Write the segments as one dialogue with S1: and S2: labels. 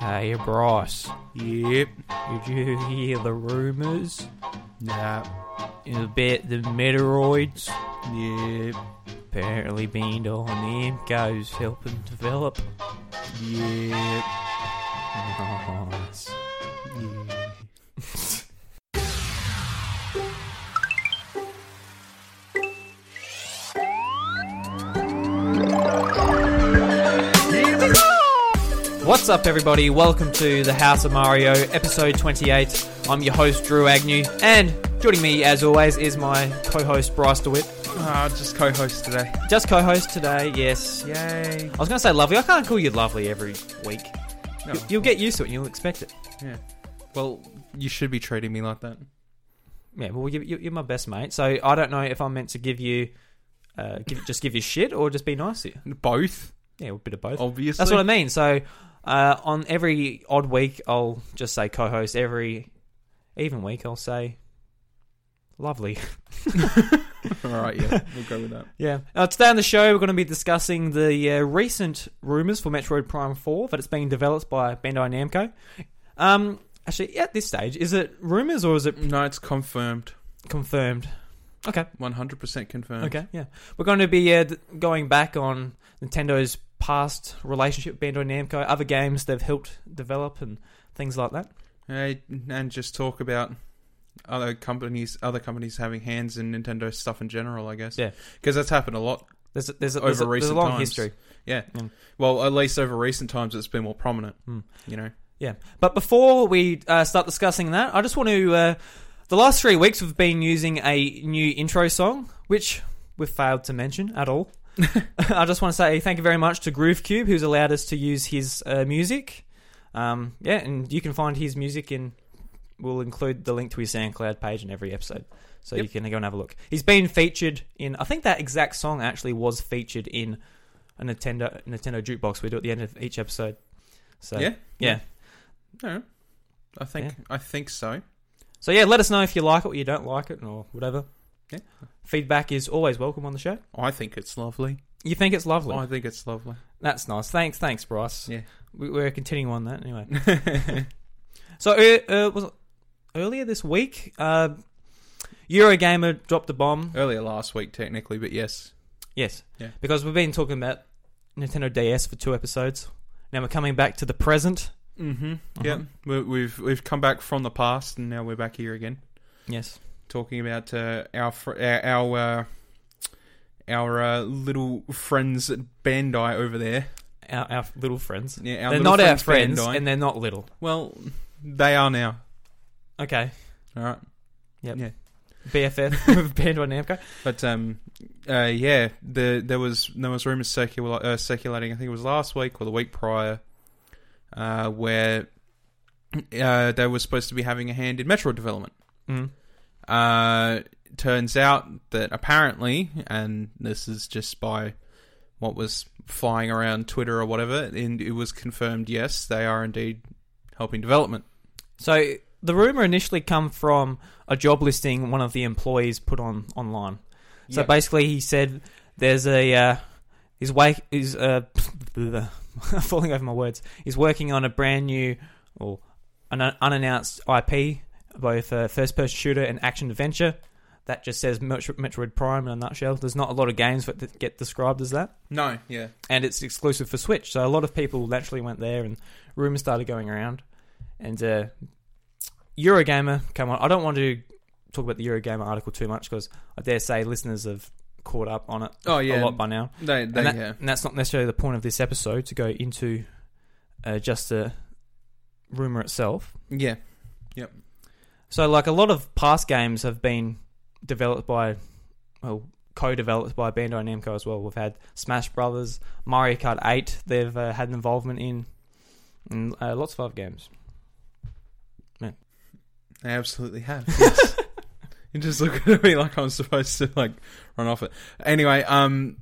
S1: Hey, Bryce,
S2: Yep.
S1: did you hear the rumours
S2: Nah.
S1: about the meteoroids
S2: Yep.
S1: apparently being on the MCOs helping develop?
S2: Yep.
S1: Nice.
S2: Yeah.
S1: What's up, everybody? Welcome to the House of Mario, episode 28. I'm your host, Drew Agnew, and joining me, as always, is my co host, Bryce DeWitt.
S2: Ah, just co-host today.
S1: Just co host today, yes.
S2: Yay.
S1: I was going to say lovely. I can't call you lovely every week.
S2: No.
S1: You- You'll get used to it and you'll expect it.
S2: Yeah. Well, you should be treating me like that.
S1: Yeah, well, you, you- you're my best mate, so I don't know if I'm meant to give you, uh, give, just give you shit or just be nice to you.
S2: Both,
S1: Yeah, a bit of both.
S2: obviously.
S1: That's what I mean. So, uh, on every odd week, I'll just say co-host. Every even week, I'll say lovely.
S2: All right, yeah, we'll go with that.
S1: Yeah. Uh, today on the show, we're going to be discussing the uh, recent rumors for Metroid Prime 4 that it's being developed by Bandai Namco. Um, actually, at this stage, is it rumors or is it
S2: No, it's confirmed.
S1: confirmed? Okay.
S2: 100% confirmed.
S1: Okay. Yeah. We're going to be uh, d- going back on Nintendo's past relationship with Bandai Namco, other games they've helped develop, and things like that.
S2: Hey, and just talk about other companies, other companies having hands in Nintendo stuff in general, I guess.
S1: Yeah.
S2: Because that's happened a lot.
S1: There's a, there's a,
S2: Over
S1: there's a, there's a
S2: recent
S1: long
S2: times.
S1: history.
S2: Yeah.
S1: Mm.
S2: Well, at least over recent times, it's been more prominent.
S1: Mm.
S2: You know.
S1: Yeah. But before we uh, start discussing that, I just want to. Uh, the last three weeks we've been using a new intro song, which we've failed to mention at all. I just want to say thank you very much to Groove Cube, who's allowed us to use his uh, music. Um, yeah, and you can find his music in. We'll include the link to his SoundCloud page in every episode, so
S2: Yep.
S1: you can go and have a look. He's been featured in. I think that exact song actually was featured in a Nintendo Nintendo jukebox we do at the end of each episode. So
S2: Yeah.
S1: yeah.
S2: No. I think I think so.
S1: So yeah, let us know if you like it or you don't like it or whatever.
S2: Yeah.
S1: Feedback is always welcome on the show.
S2: I think it's lovely.
S1: You think it's lovely?
S2: I think it's lovely.
S1: That's nice. Thanks, thanks, Bryce.
S2: Yeah.
S1: We, we're continuing on that anyway. so uh, uh, was it earlier this week, uh, Eurogamer dropped a bomb.
S2: Earlier last week, technically, but yes.
S1: Yes.
S2: Yeah.
S1: Because we've been talking about Nintendo DS for two episodes. Now we're coming back to the present.
S2: Mm-hmm.
S1: Uh-huh.
S2: Yeah, we, we've we've come back from the past, and now we're back here again,
S1: Yes.
S2: talking about uh, our fr- our our, uh, our uh, little friends at Bandai over there.
S1: Our, our little friends.
S2: Yeah, our
S1: they're
S2: little
S1: not our friends,
S2: Bandai.
S1: and they're not little.
S2: well, they are now.
S1: Okay.
S2: All right.
S1: BFF with Bandai Namco.
S2: But um, uh, yeah, the there was there was rumors circula- uh, circulating. I think it was last week or the week prior, uh, where uh, they were supposed to be having a hand in Metroid development.
S1: Mm.
S2: Uh, turns out that apparently, and this is just by what was flying around Twitter or whatever, and it was confirmed. Yes, they are indeed helping development.
S1: So the rumor initially come from a job listing one of the employees put on online. So
S2: Yeah.
S1: basically, he said there's a uh, he's wake is uh falling over my words. He's working on a brand new or an un- unannounced IP, both uh, first person shooter and action adventure. That just says Metro- Metroid Prime in a nutshell. There's not a lot of games that th- get described as that,
S2: No, yeah,
S1: and it's exclusive for Switch. So a lot of people naturally went there, and rumors started going around. And uh, Eurogamer, come on! I don't want to talk about the Eurogamer article too much because I dare say listeners have caught up on it
S2: Oh, yeah.
S1: a lot by now.
S2: they they
S1: And, that-
S2: yeah.
S1: and that's not necessarily the point of this episode to go into uh, just the rumor itself.
S2: yeah.
S1: So, like a lot of past games have been developed by, well, co-developed by Bandai Namco as well. We've had Smash Brothers, Mario Kart Eight. They've uh, had an involvement in, in uh, lots of other games.
S2: I absolutely have. Yes. you just look at me like I'm supposed to like run off it. Anyway, um,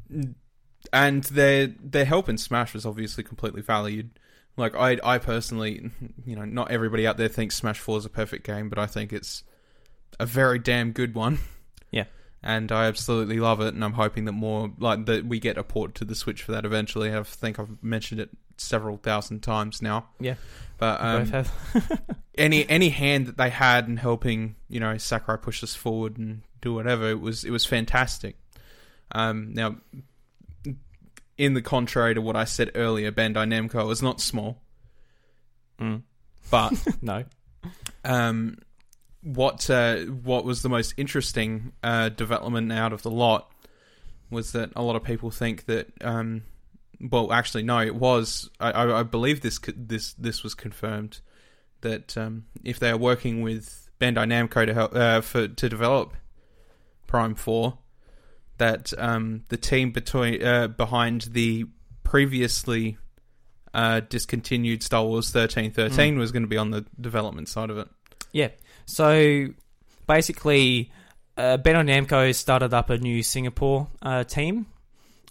S2: and their their help in Smash was obviously completely valued. Like I I personally, you know, not everybody out there thinks Smash Four is a perfect game, but I think it's a very damn good one.
S1: Yeah.
S2: And I absolutely love it, and I'm hoping that more like that we get a port to the Switch for that eventually. I think I've mentioned it several thousand times now.
S1: Yeah.
S2: But
S1: We
S2: um,
S1: both have.
S2: any any hand that they had in helping you know Sakurai push this forward and do whatever it was it was fantastic. Um, now, in the contrary to what I said earlier, Bandai Namco is not small, but
S1: No.
S2: um, what uh, what was the most interesting uh, development out of the lot was that a lot of people think that um, well actually no it was I, I, I believe this co- this this was confirmed that um, if they are working with Bandai Namco to help uh, for to develop Prime Four that um, the team between uh, behind the previously uh, discontinued Star Wars thirteen thirteen was going to be on the development side of it.
S1: So basically, uh, Ben Namco started up a new Singapore uh, team,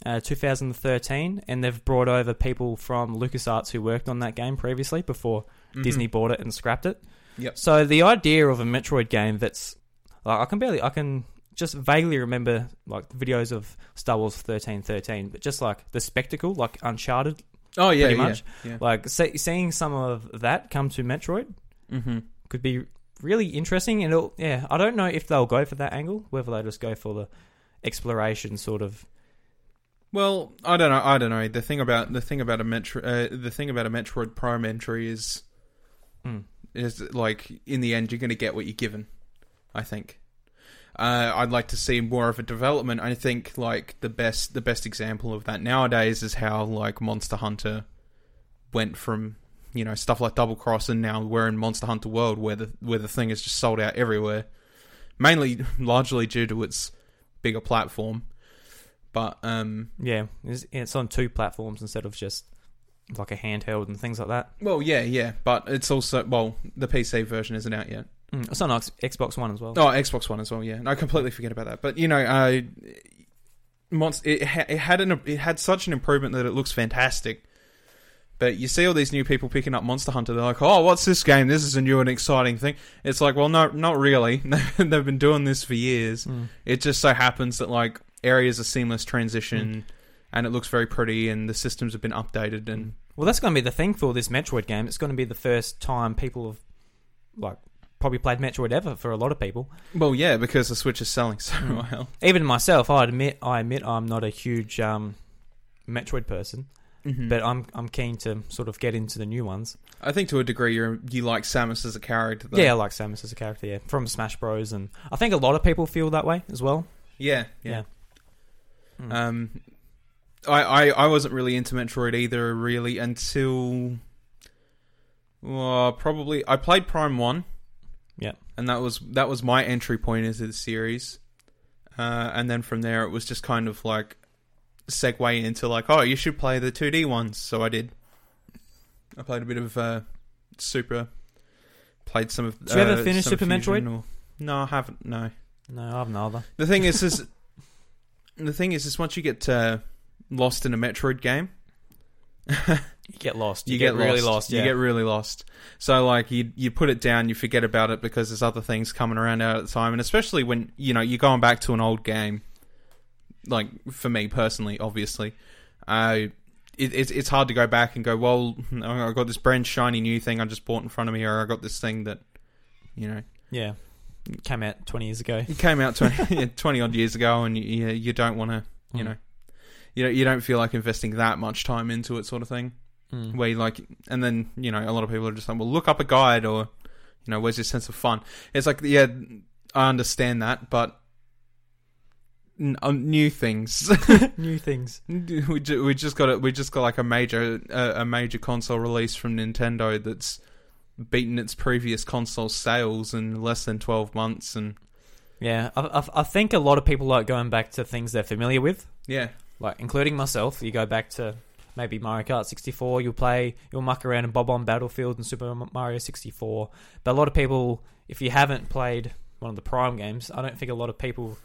S1: uh, 2013, and they've brought over people from LucasArts who worked on that game previously before
S2: Mhm.
S1: Disney bought it and scrapped it.
S2: Yep.
S1: So the idea of a Metroid game that's like, I can barely I can just vaguely remember like videos of Star Wars thirteen thirteen, but just like the spectacle, like Uncharted,
S2: Oh yeah,
S1: pretty much.
S2: yeah.
S1: Like se- seeing some of that come to Metroid
S2: Mm-hmm.
S1: could be really interesting. And it'll, yeah, I don't know if they'll go for that angle, whether they'll just go for the exploration sort of.
S2: Well, I don't know. I don't know. The thing about the thing about a Metro, uh, the thing about a Metroid Prime entry is
S1: Mm.
S2: is like in the end you're going to get what you're given. I think. Uh, I'd like to see more of a development. I think like the best the best example of that nowadays is how like Monster Hunter went from you know stuff like Double Cross and now we're in Monster Hunter World where the where the thing is just sold out everywhere, mainly largely due to its bigger platform. But um,
S1: Yeah, it's, it's on two platforms instead of just like a handheld and things like that.
S2: Well, yeah, yeah, but it's also well, the PC version isn't out yet.
S1: Mm, It's on Ox- Xbox One as well.
S2: Oh, Xbox One as well. Yeah, and I completely forget about that. But you know, uh, Monst- it, ha- it had an it had such an improvement that it looks fantastic. But you see all these new people picking up Monster Hunter. They're like, "Oh, what's this game? This is a new and exciting thing." It's like, well, no, not really. They've been doing this for years.
S1: Mm.
S2: It just so happens that like areas are seamless transition, and it looks very pretty, and the systems have been updated, and
S1: Well, that's going to be the thing for this Metroid game. It's going to be the first time people have, like, probably played Metroid ever for a lot of people.
S2: well, yeah, because the Switch is selling so
S1: Mm.
S2: well.
S1: Even myself, I admit, I admit, I'm not a huge um, Metroid person,
S2: Mm-hmm.
S1: but I'm I'm keen to sort of get into the new ones.
S2: I think to a degree you you like Samus as a character. Though.
S1: yeah, I like Samus as a character. Yeah, from Smash Bros, and I think a lot of people feel that way as well.
S2: yeah, yeah.
S1: Yeah. Mm.
S2: Um, I, I I wasn't really into Metroid either, really, until well, probably I played Prime One.
S1: Yeah.
S2: and that was that was my entry point into the series, uh, and then from there it was just kind of like segue into like, oh, you should play the two D ones. So I did. I played a bit of uh, Super. Played some of.
S1: Did you ever
S2: uh,
S1: finish
S2: some
S1: Super
S2: Fusion or- no, I haven't. No.
S1: No, I've neither.
S2: The thing is, is the thing is, is once you get uh, lost in a Metroid game,
S1: You get lost.
S2: you, get,
S1: really lost.
S2: You
S1: yeah.
S2: get really lost. So like you you put it down, you forget about it because there's other things coming around out at the time, and especially when you know you're going back to an old game. Like for me personally, obviously, uh, it, it's it's hard to go back and go. Well, I got this brand shiny new thing I just bought in front of me, or I got this thing that, you know,
S1: yeah. Came out twenty years ago.
S2: it came out 20, 20 odd years ago, and you you don't want to
S1: Mm.
S2: you
S1: Hmm.
S2: know you don't, you don't feel like investing that much time into it sort of thing
S1: Mm.
S2: where you like and then you know a lot of people are just like well look up a guide or you know where's your sense of fun it's like yeah i understand that but n- uh, new things
S1: new things.
S2: we, ju- we just got a, we just got like a major uh, a major console release from nintendo that's beaten its previous console sales in less than 12 months and
S1: Yeah, I, I, I think a lot of people like going back to things they're familiar with.
S2: yeah
S1: like including myself. You go back to maybe Mario Kart 64. You'll play, you'll muck around and bob on Battlefield and Super Mario 64. But a lot of people, if you haven't played one of the Prime games, I don't think a lot of people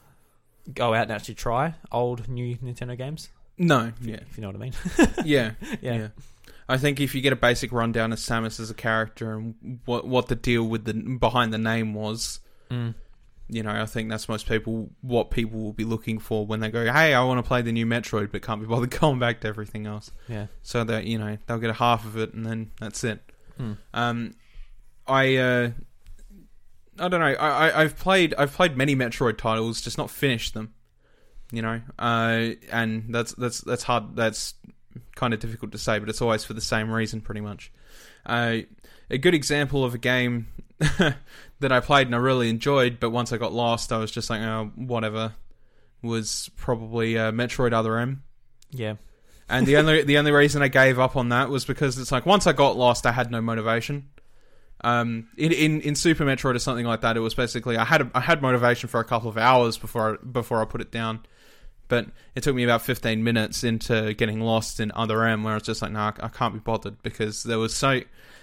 S1: go out and actually try old, new Nintendo games.
S2: no yeah
S1: If you know what I mean.
S2: yeah
S1: yeah.
S2: I think if you get a basic rundown of Samus as a character and what what the deal with the behind the name was,
S1: Mm.
S2: you know, I think that's most people what people will be looking for when they go, "Hey, I want to play the new Metroid, but can't be bothered going back to everything else."
S1: Yeah.
S2: So that you know they'll get a half of it, and then that's it.
S1: Hmm.
S2: Um, I uh, I don't know. I, I I've played I've played many Metroid titles, just not finished them. You know, uh, and that's that's that's hard. That's kind of difficult to say, but it's always for the same reason, pretty much. Uh, a good example of a game that I played and I really enjoyed, but once I got lost, I was just like, oh, whatever. Was probably uh, Metroid Other M.
S1: Yeah.
S2: And the only the only reason I gave up on that was because it's like once I got lost, I had no motivation. Um, in, in in Super Metroid or something like that, it was basically I had a, I had motivation for a couple of hours before I, before I put it down, but it took me about fifteen minutes into getting lost in Other M, where I was just like, nah, I can't be bothered because there was so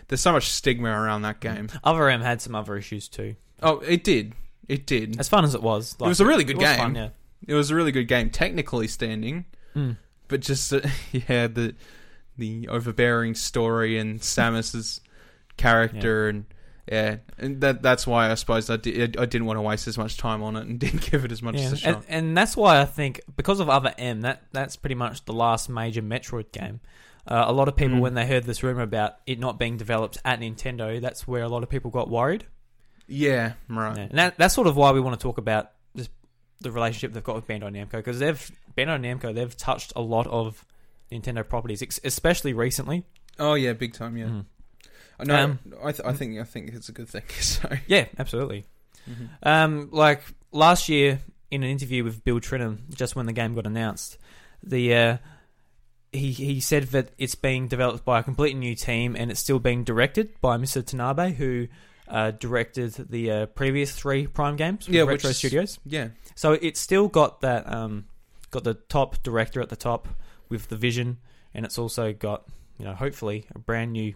S2: there's so much stigma around that game.
S1: Other M had some other issues too.
S2: Oh, it did, it did.
S1: As fun as it was, like,
S2: was a really good
S1: it was
S2: game.
S1: fun, yeah.
S2: It was a really good game, technically standing,
S1: Mm.
S2: but just uh, yeah, the the overbearing story and Samus's character and yeah, and that that's why I suppose I, did, I didn't want to waste as much time on it and didn't give it as much
S1: Yeah.
S2: as a shot.
S1: And, and that's why I think because of Other M, that that's pretty much the last major Metroid game. Uh, a lot of people,
S2: Mm.
S1: when they heard this rumor about it not being developed at Nintendo, that's where a lot of people got worried.
S2: yeah, right.
S1: Yeah. And that, that's sort of why we want to talk about this, the relationship they've got with Bandai Namco because they've Bandai Namco they've touched a lot of Nintendo properties, ex- especially recently.
S2: Oh yeah, big time. Yeah,
S1: Mm.
S2: no,
S1: Um,
S2: I th- I think I think it's a good thing. So
S1: Yeah, absolutely.
S2: Mhm.
S1: Um, like last year in an interview with Bill Trinum, just when the game got announced, the uh, he he said that it's being developed by a completely new team and it's still being directed by Mr. Tanabe, who uh, directed the uh, previous three Prime games with
S2: Yeah,
S1: Retro
S2: which-
S1: Studios.
S2: yeah,
S1: So it's still got that um, got the top director at the top with the vision, and it's also got you know hopefully a brand new.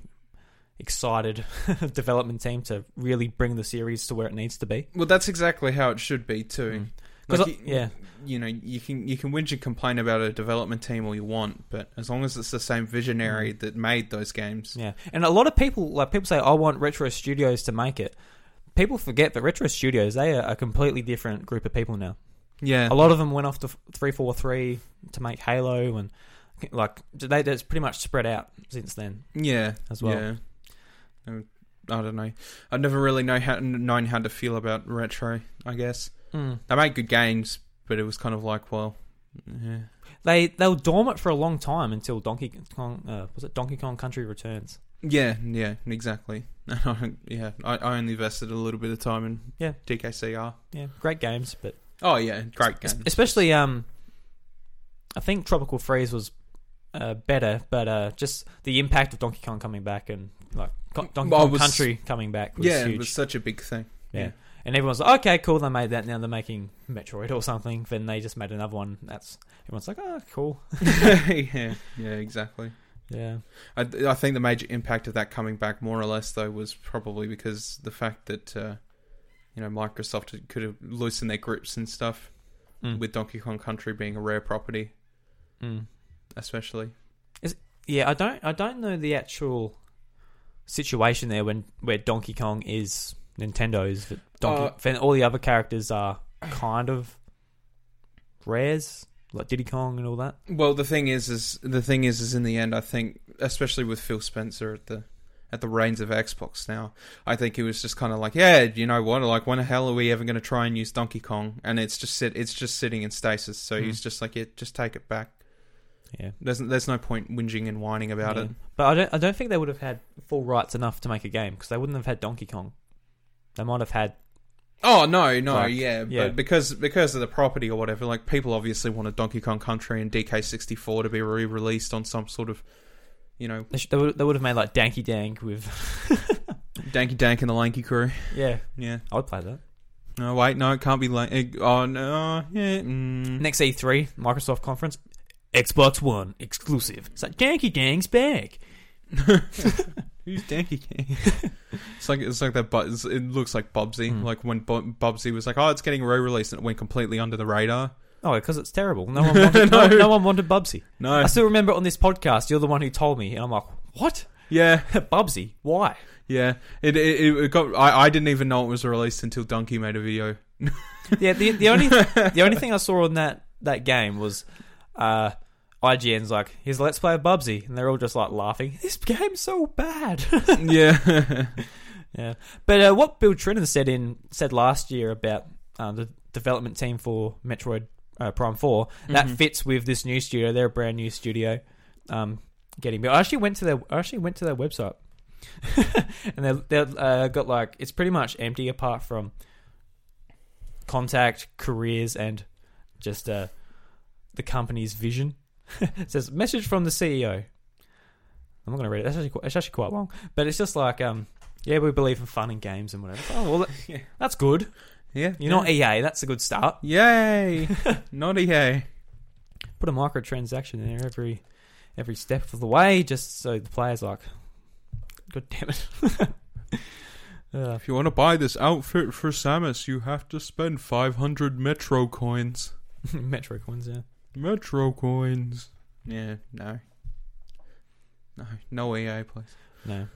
S1: Excited development team to really bring the series to where it needs to be.
S2: well, that's exactly how it should be
S1: Mm.
S2: too.
S1: 'Cause
S2: Like,
S1: I-
S2: you,
S1: yeah.
S2: you know, you can you can whinge and complain about a development team all you want, but as long as it's the same visionary
S1: Mm-hmm.
S2: that made those games,
S1: Yeah, and a lot of people like people say, "I want Retro Studios to make it." People forget that Retro Studios they are a completely different group of people now.
S2: yeah,
S1: A lot of them went off to three four three to make Halo, and like they that's pretty much spread out since then.
S2: yeah,
S1: as well.
S2: Yeah. Um, I don't know. I never really know how known how to feel about retro. I guess
S1: Hmm.
S2: they made good games, but it was kind of like, well, yeah.
S1: They they were dormant for a long time until Donkey Kong uh, was it Donkey Kong Country Returns.
S2: Yeah, yeah, exactly. yeah, I, I only invested a little bit of time in
S1: Yeah.
S2: DKCR.
S1: Yeah, great games, but
S2: Oh yeah, great
S1: es-
S2: game.
S1: especially um, I think Tropical Freeze was uh, better, but uh, just the impact of Donkey Kong coming back and like Co- Donkey
S2: Well, it
S1: Kong
S2: was-
S1: Country coming back was
S2: yeah,
S1: huge.
S2: it was uh, such a big thing.
S1: yeah.
S2: yeah.
S1: and everyone's like, okay, cool, they made that. Now they're making Metroid or something. Then they just made another one. That's everyone's like, oh, cool.
S2: yeah, yeah, exactly.
S1: Yeah,
S2: I, I think the major impact of that coming back, more or less, though, was probably because the fact that uh, you know Microsoft had- could have loosened their grips and stuff
S1: Mm.
S2: with Donkey Kong Country being a rare property,
S1: Mm.
S2: especially.
S1: yeah. I don't, I don't know the actual situation there when where Donkey Kong is Nintendo's. but Donkey,
S2: Uh,
S1: then all the other characters are kind of rares, like Diddy Kong and all that.
S2: Well, the thing is, is the thing is, is in the end, I think, especially with Phil Spencer at the at the reins of Xbox now, I think it was just kind of like, yeah, you know what? Like, when the hell are we ever going to try and use Donkey Kong? And it's just sit, it's just sitting in stasis. So
S1: Mm.
S2: he's just like, yeah, just take it back.
S1: Yeah.
S2: There's there's no point whinging and whining about
S1: Yeah.
S2: it.
S1: But I don't, I don't think they would have had full rights enough to make a game because they wouldn't have had Donkey Kong. They might have had.
S2: Oh no, no,
S1: Like,
S2: yeah,
S1: yeah.
S2: but because because of the property or whatever, like people obviously wanted Donkey Kong Country and DK sixty four to be re released on some sort of, you know,
S1: They, sh- they, would, they would have made like Danky Dank with.
S2: Danky Dank and the Lanky Crew.
S1: yeah,
S2: Yeah.
S1: I would play that.
S2: No, wait, no, it can't be Lanky. Oh no, yeah. Mm.
S1: Next E3 Microsoft conference, Xbox One exclusive. It's like Danky Dang's back.
S2: Who's Danky King? it's like it's like that. But it's- it looks like Bubsy.
S1: Hmm.
S2: Like when Bo- Bubsy was like, "Oh, it's getting re-released," and it went completely under the radar.
S1: Oh, because it's terrible. No one wanted, no.
S2: No.
S1: no one wanted Bubsy.
S2: No,
S1: I still remember on this podcast, you're the one who told me, and I'm like, what?
S2: yeah,
S1: Bubsy? Why?
S2: yeah. It it, it got. I, I didn't even know it was released until Donkey made a video.
S1: yeah, the, the only the only thing I saw on that that game was uh, IGN's like, "Here's a let's play of Bubsy," and they're all just like laughing. This game's so bad.
S2: yeah.
S1: yeah, but uh, what Bill Trinan said in said last year about uh, the development team for Metroid uh, Prime Four that
S2: Mhm.
S1: fits with this new studio. They're a brand new studio. Um, getting built. I actually went to their I actually went to their website, and they they uh, got like it's pretty much empty apart from contact, careers, and just uh, the company's vision. it says message from the CEO. I'm not going to read it. That's actually quite, it's actually quite long, but it's just like um. Yeah, we believe in fun and games and whatever. Oh well, that-
S2: Yeah.
S1: that's good.
S2: Yeah.
S1: You're not EA. That's a good start.
S2: Yay! not EA.
S1: put a microtransaction in there every every step of the way, just so the player's like, "God damn it!" uh,
S2: If you want to buy this outfit for Samus, you have to spend 500 Metro coins.
S1: Metro coins, yeah.
S2: Metro coins. Yeah, no. No, no EA, please.
S1: No,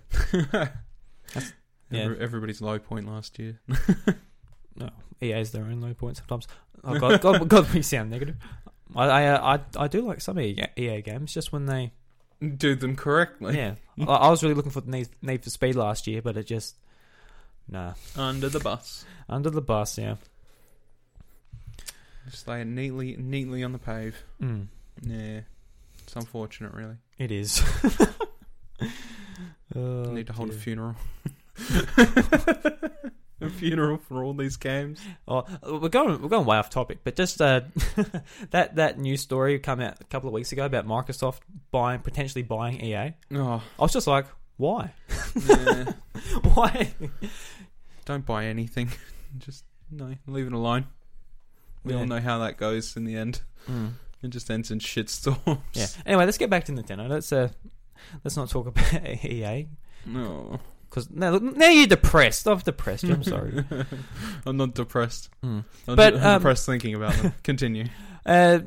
S1: yeah.
S2: Every, everybody's low point last year.
S1: no. EA's their own low point sometimes. Oh God, God, God, we sound negative. I, I, uh, I, I do like some EA, ga- EA games, just when they,
S2: Do them correctly.
S1: yeah. I, I was really looking for the Need, Need for Speed last year, but it just, nah,
S2: Under the bus.
S1: under the bus, yeah.
S2: Just lay it neatly, neatly on the pave.
S1: Mm,
S2: Yeah. It's unfortunate, really.
S1: it is. Oh,
S2: Need to hold
S1: dear.
S2: a funeral. a funeral for all these games.
S1: Oh, we're going we're going way off topic, but just uh, that that news story come out a couple of weeks ago about Microsoft buying potentially buying EA. I
S2: Oh,
S1: was just like, why?
S2: yeah.
S1: why?
S2: Don't buy anything. Just no, leave it alone. We
S1: Yeah.
S2: all know how that goes in the end.
S1: Mm.
S2: It just ends in shitstorms.
S1: Yeah. Anyway, let's get back to Nintendo. Let's uh, let's not talk about EA
S2: No.
S1: because now, look, now you're depressed. I'm depressed. I'm sorry.
S2: I'm not depressed.
S1: Mm.
S2: I'm,
S1: But,
S2: but,
S1: um,
S2: depressed thinking about them. Continue.
S1: Uh,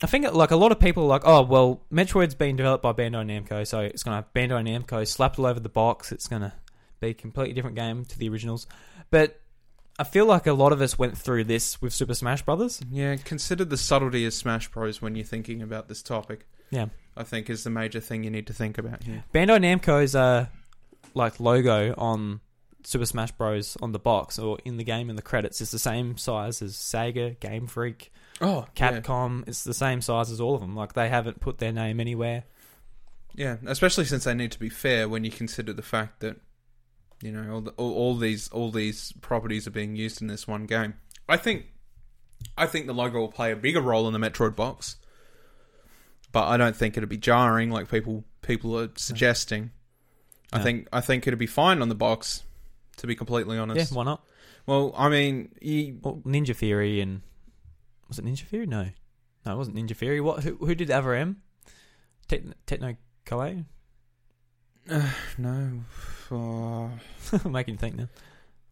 S1: I think like a lot of people are like, oh well, Metroid's been developed by Bandai Namco, so it's gonna have Bandai Namco slapped all over the box. It's gonna be a completely different game to the originals. But I feel like a lot of us went through this with Super Smash Brothers.
S2: Yeah, consider the subtlety of Smash Bros. when you're thinking about this topic.
S1: Yeah.
S2: I think is the major thing you need to think about here.
S1: Bandai Namco's uh like logo on Super Smash Bros on the box or in the game in the credits is the same size as Sega, Game Freak,
S2: Oh,
S1: Capcom. It's the same size as all of them. Like they haven't put their name anywhere.
S2: Yeah, especially since they need to be fair when you consider the fact that you know all, the, all all these all these properties are being used in this one game. I think I think the logo will play a bigger role in the Metroid box, but I don't think it'll be jarring like people people are suggesting. I
S1: No.
S2: think I think it'll be fine on the box. To be completely honest,
S1: Yeah, why not?
S2: well, I mean, you,
S1: Well, Ninja Theory and was it Ninja Theory? No, no, it wasn't Ninja Theory. What? Who, who did Avrm? Techn Techno Koei?
S2: no, uh,
S1: I'm making you think now.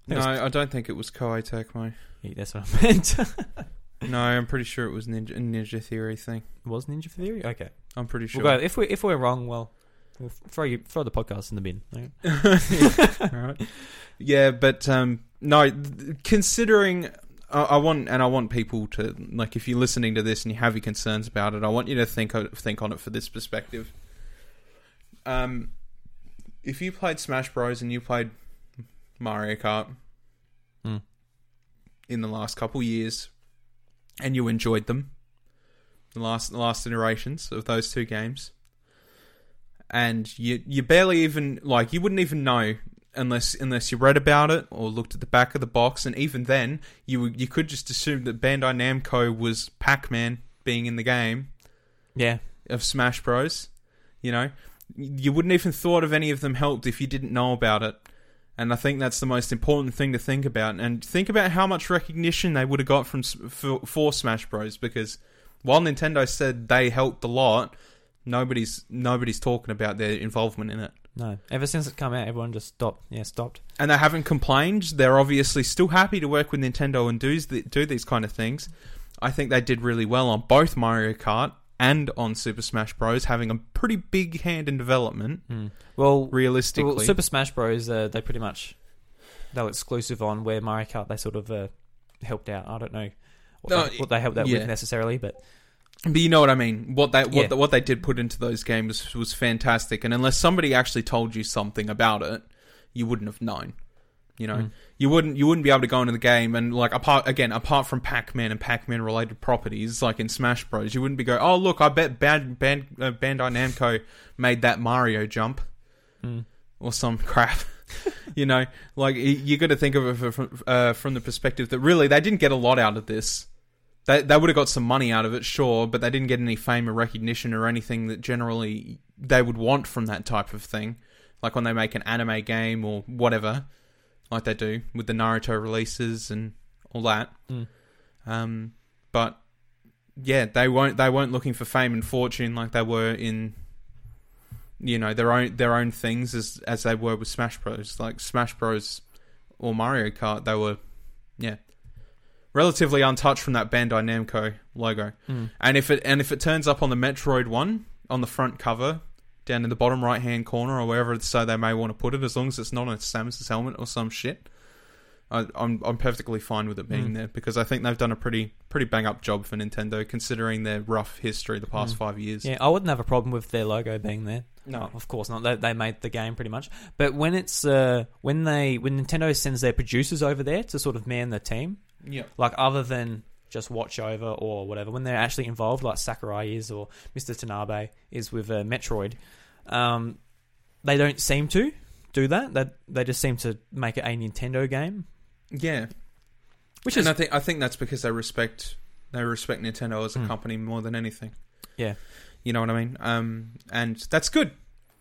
S2: no, I don't think it was Koei Tecmo.
S1: Yeah, that's what I meant. it
S2: No, I'm pretty sure it was Ninja Ninja Theory thing.
S1: was Ninja Theory. Okay,
S2: I'm pretty sure.
S1: we'll go. If we if we're wrong, well, we'll throw you throw the podcast in the bin. Okay?
S2: Alright. Yeah, but um, no. th- Considering, I, I want and I want people to like. If you're listening to this and you have your concerns about it, I want you to think o- think on it for this perspective. Um, if you played Smash Bros and you played Mario Kart
S1: Hmm.
S2: in the last couple years, and you enjoyed them, the last the last iterations of those two games. And you you barely even like you wouldn't even know unless unless you read about it or looked at the back of the box, and even then, you would- you could just assume that Bandai Namco was Pac Man being in the game
S1: Yeah,
S2: of Smash Bros. You know, you wouldn't even thought of any of them helped if you didn't know about it. And I think that's the most important thing to think about. And think about how much recognition they would have got from S- for, for Smash Bros. Because while Nintendo said they helped a lot, nobody's nobody's talking about their involvement in it.
S1: no. Ever since it come out, everyone just stopped. Yeah, stopped.
S2: and they haven't complained. They're obviously still happy to work with Nintendo and do do these kind of things. I think they did really well on both Mario Kart and on Super Smash Bros, having a pretty big hand in development.
S1: Mm. Well,
S2: Realistically,
S1: Well, Super Smash Bros. Uh, they pretty much they were exclusive on where Mario Kart they sort of uh, helped out. I don't know what,
S2: No,
S1: they, what they helped out
S2: yeah.
S1: with necessarily, but
S2: But you know what I mean. What they what
S1: Yeah.
S2: the, what they did put into those games was fantastic, and unless somebody actually told you something about it, you wouldn't have known. You know,
S1: Mm.
S2: you wouldn't you wouldn't be able to go into the game and like apart again apart from Pac Man and Pac Man related properties like in Smash Bros, you wouldn't be go oh look I bet Bad, Band, uh, Bandai Namco made that Mario jump
S1: mm,
S2: or some crap. you know, like y- you got to think of it from, uh, from the perspective that really they didn't get a lot out of this. They they would have got some money out of it, sure, but they didn't get any fame or recognition or anything that generally they would want from that type of thing. Like when they make an anime game or whatever, like they do with the Naruto releases and all that.
S1: Mm.
S2: Um, but yeah, they weren't they weren't looking for fame and fortune like they were in you know their own their own things as as they were with Smash Bros. Like Smash Bros. or Mario Kart, they were yeah relatively untouched from that Bandai Namco logo.
S1: mm.
S2: And if it and if it turns up on the Metroid one on the front cover, down in the bottom right hand corner or wherever so they may want to put it, as long as it's not on Samus's helmet or some shit, I, I'm I'm perfectly fine with it being
S1: Mm.
S2: there because I think they've done a pretty pretty bang up job for Nintendo considering their rough history the past
S1: Mm.
S2: five years.
S1: yeah, I wouldn't have a problem with their logo being there. Oh, of course not. They, they made the game pretty much. But when it's uh, when they when Nintendo sends their producers over there to sort of man the team,
S2: yeah.
S1: like other than just watch over or whatever, when they're actually involved, like Sakurai is or Mr. Tanabe is with uh, Metroid, um, they don't seem to do that. They they just seem to make it a Nintendo game,
S2: Yeah,
S1: which is
S2: and I think I think that's because they respect they respect Nintendo as a
S1: Mm.
S2: company more than anything.
S1: Yeah.
S2: you know what I mean. Um, and that's good.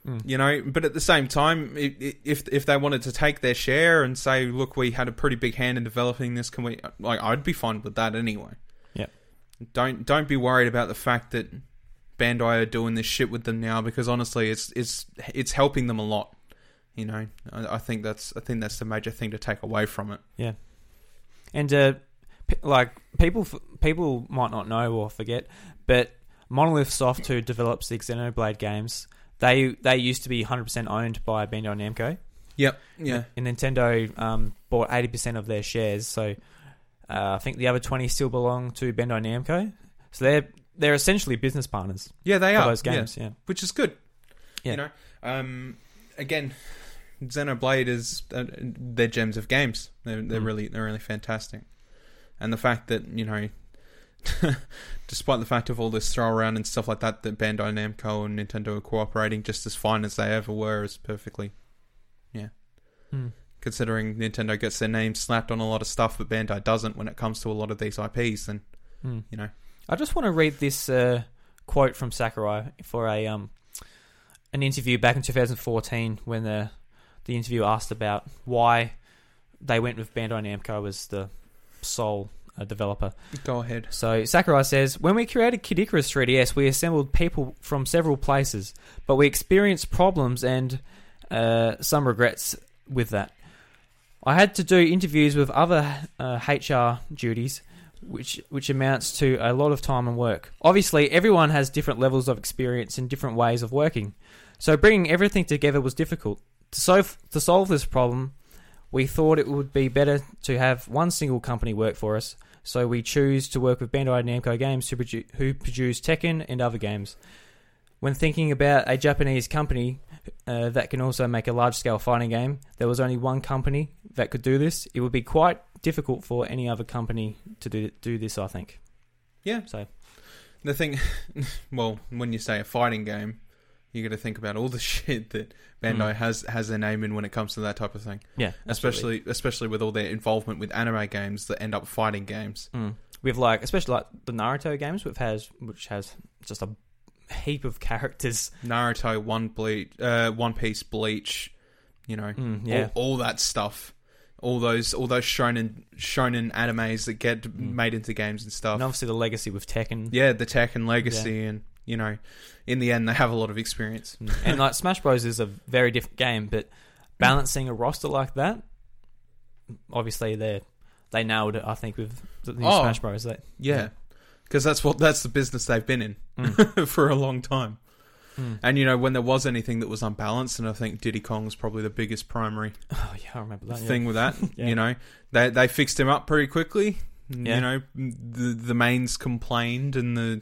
S1: Mm.
S2: You know, but at the same time, i- i- if if they wanted to take their share and say, "Look, we had a pretty big hand in developing this," can we? Like, I'd be fine with that anyway.
S1: Yep.
S2: Don't don't be worried about the fact that Bandai are doing this shit with them now because honestly, it's it's it's helping them a lot. You know, I, I think that's I think that's the major thing to take away from it.
S1: And uh, p- like people, f- people might not know or forget, but Monolith Soft, who develops the Xenoblade games, they they used to be 100% owned by Bandai Namco,
S2: Yeah.
S1: and Nintendo um, bought 80% of their shares. So uh, I think the other 20 still belong to Bandai Namco. So they're they're essentially business partners
S2: Yeah, they
S1: for
S2: are
S1: those
S2: yeah.
S1: games. Yeah,
S2: which is good.
S1: Yeah.
S2: You know, um, again, Xenoblade is uh, they're gems of games. They're they're
S1: Mm.
S2: really they're really fantastic, and the fact that you know, despite the fact of all this throw around and stuff like that, that Bandai Namco and Nintendo are cooperating just as fine as they ever were is perfectly, yeah.
S1: Mm.
S2: Considering Nintendo gets their name slapped on a lot of stuff, but Bandai doesn't when it comes to a lot of these IPs, then
S1: Hmm.
S2: you know.
S1: I just want to read this uh, quote from Sakurai for a um, an interview back in 2014 when the the interviewer asked about why they went with Bandai Namco as the sole uh, developer.
S2: Go ahead.
S1: So Sakurai says, when we created Kid Icarus 3DS, we assembled people from several places, but we experienced problems and uh, some regrets with that. I had to do interviews with other uh, HR duties, which which amounts to a lot of time and work. Obviously, everyone has different levels of experience and different ways of working, so bringing everything together was difficult. To, so- to solve this problem, we thought it would be better to have one single company work for us, so we choose to work with Bandai Namco Games, who, produ- who produce Tekken and other games. When thinking about a Japanese company uh, that can also make a large-scale fighting game, there was only one company that could do this. It would be quite difficult for any other company to do do this. I think.
S2: Yeah.
S1: So
S2: The thing, well, when you say a fighting game, you got to think about all the shit that Bandai
S1: Mm.
S2: has has their name in when it comes to that type of thing.
S1: yeah, absolutely.
S2: Especially, especially with all their involvement with anime games that end up fighting games.
S1: Mm. We've like, especially like the Naruto games, which has which has just a heap of characters.
S2: Naruto, One Bleach, uh, One Piece, Bleach, you know,
S1: Mm, yeah.
S2: all, all that stuff. All those, all those shonen shonen animes that get
S1: Hmm.
S2: made into games and stuff.
S1: And obviously the legacy with Tekken.
S2: Yeah, the Tech and Legacy, and you know, in the end, they have a lot of experience.
S1: Mm. and like Smash Bros is a very different game, but balancing a roster like that, obviously they they nailed it. I think with the new
S2: Oh.
S1: Smash Bros. They,
S2: Yeah, because that's what that's the business they've been in for a long time.
S1: Mm.
S2: And you know, when there was anything that was unbalanced, and I think Diddy Kong was probably the biggest primary
S1: Oh yeah, I remember that. yeah.
S2: thing with that.
S1: Yeah.
S2: You know, they they fixed him up pretty quickly.
S1: Yeah.
S2: You know, the the mains complained, and the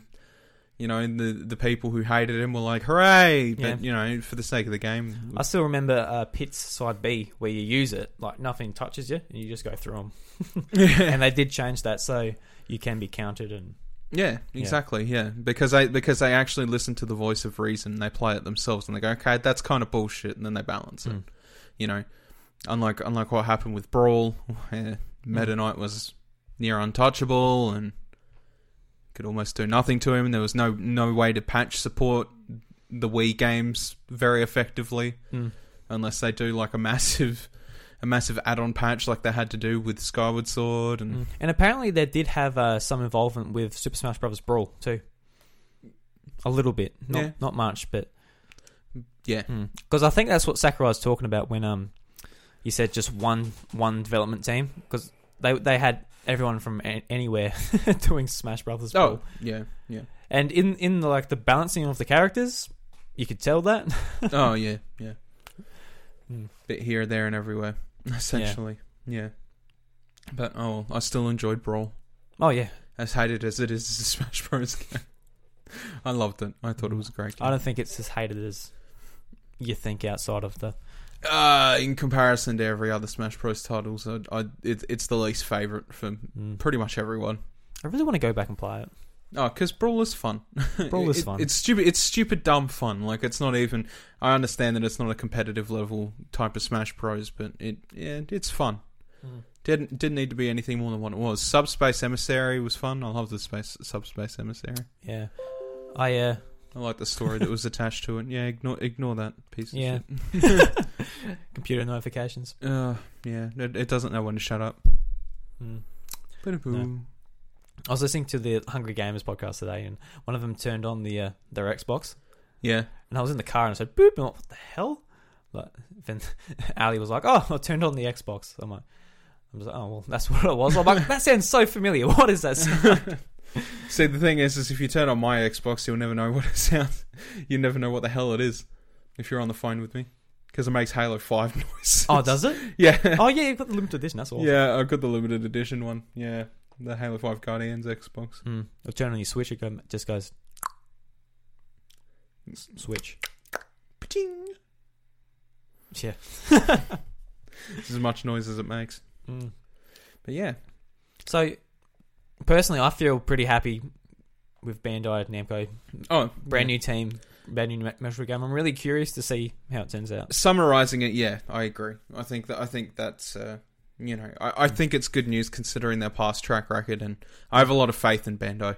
S2: you know the the people who hated him were like, "Hooray!" But
S1: Yeah.
S2: you know, for the sake of the game,
S1: I still remember uh, pits side B where you use it like nothing touches you and you just go through them.
S2: yeah,
S1: and they did change that so you can be counted and
S2: yeah, exactly, yeah, because they because they actually listen to the voice of reason. They play it themselves, and they go, "Okay, that's kind of bullshit," and then they balance it.
S1: Mm.
S2: You know, unlike unlike what happened with Brawl, where Meta Knight was near untouchable and could almost do nothing to him. There was no no way to patch support the Wii games very effectively
S1: Mm.
S2: unless they do like a massive a massive add-on patch like they had to do with Skyward Sword and
S1: Mm. And apparently, they did have uh, some involvement with Super Smash Bros. Brawl too. A little bit, not
S2: Yeah.
S1: not much, but
S2: Hmm. yeah.
S1: because Hmm. I think that's what Sakurai was talking about when um he said just one one development team because they they had everyone from a- anywhere doing Smash Brothers. Brawl.
S2: Oh, yeah, yeah.
S1: and in in the, like the balancing of the characters, you could tell that.
S2: oh yeah, yeah.
S1: Mm.
S2: Bit here, there, and everywhere, essentially. Yeah. But oh, I still enjoyed Brawl,
S1: Oh yeah,
S2: as hated as it is as a Smash Bros. game. I loved it. I thought it was a great. Game.
S1: I don't think it's as hated as you think outside of the.
S2: Uh, in comparison to every other Smash Bros. titles, I, I it, it's the least favorite for
S1: Mm.
S2: pretty much everyone.
S1: I really want to go back and play it.
S2: Oh, because Brawl is fun.
S1: Brawl is
S2: It-
S1: fun.
S2: It's stupid. It's stupid, dumb fun. Like it's not even. I understand that it's not a competitive level type of Smash Bros, but it yeah, it's fun.
S1: Mm.
S2: Didn't didn't need to be anything more than what it was. Subspace Emissary was fun. I love the space Subspace Emissary.
S1: Yeah, I uh.
S2: I like the story that was attached to it. Yeah, ignore ignore that piece. Of
S1: Yeah.
S2: shit.
S1: computer notifications.
S2: Uh, yeah. It, it doesn't know when to shut up. Ba-da-boo.
S1: Hmm. I was listening to the Hungry Gamers podcast today, and one of them turned on the uh, their Xbox,
S2: Yeah.
S1: and I was in the car and I said, "Boop!" And I'm like, what the hell? Like, then Ali was like, "Oh, I turned on the Xbox." I'm like. I'm just like, oh well, that's what it was. I'm like, that sounds so familiar. What is that? sound?"
S2: See, the thing is, is if you turn on my Xbox, you'll never know what it sounds. You never know what the hell it is if you're on the phone with me because it makes Halo Five noise.
S1: Oh, does it?
S2: yeah,
S1: Oh yeah, you've got the limited edition. That's all.
S2: yeah. I've got the limited edition one. Yeah, the Halo Five Guardians Xbox.
S1: Mm. You'll turn on your Switch. It go, just goes
S2: It's-
S1: Switch.
S2: Paching.
S1: Yeah. Hmm.
S2: It's as much noise as it makes.
S1: Mm.
S2: But yeah,
S1: So, personally, I feel pretty happy with Bandai Namco
S2: oh,
S1: brand new team, brand new me- measurable game. I'm really curious to see how it turns out.
S2: Summarizing it, yeah, I agree. I think that I think that's uh, you know I, I think it's good news considering their past track record, and I have a lot of faith in Bandai.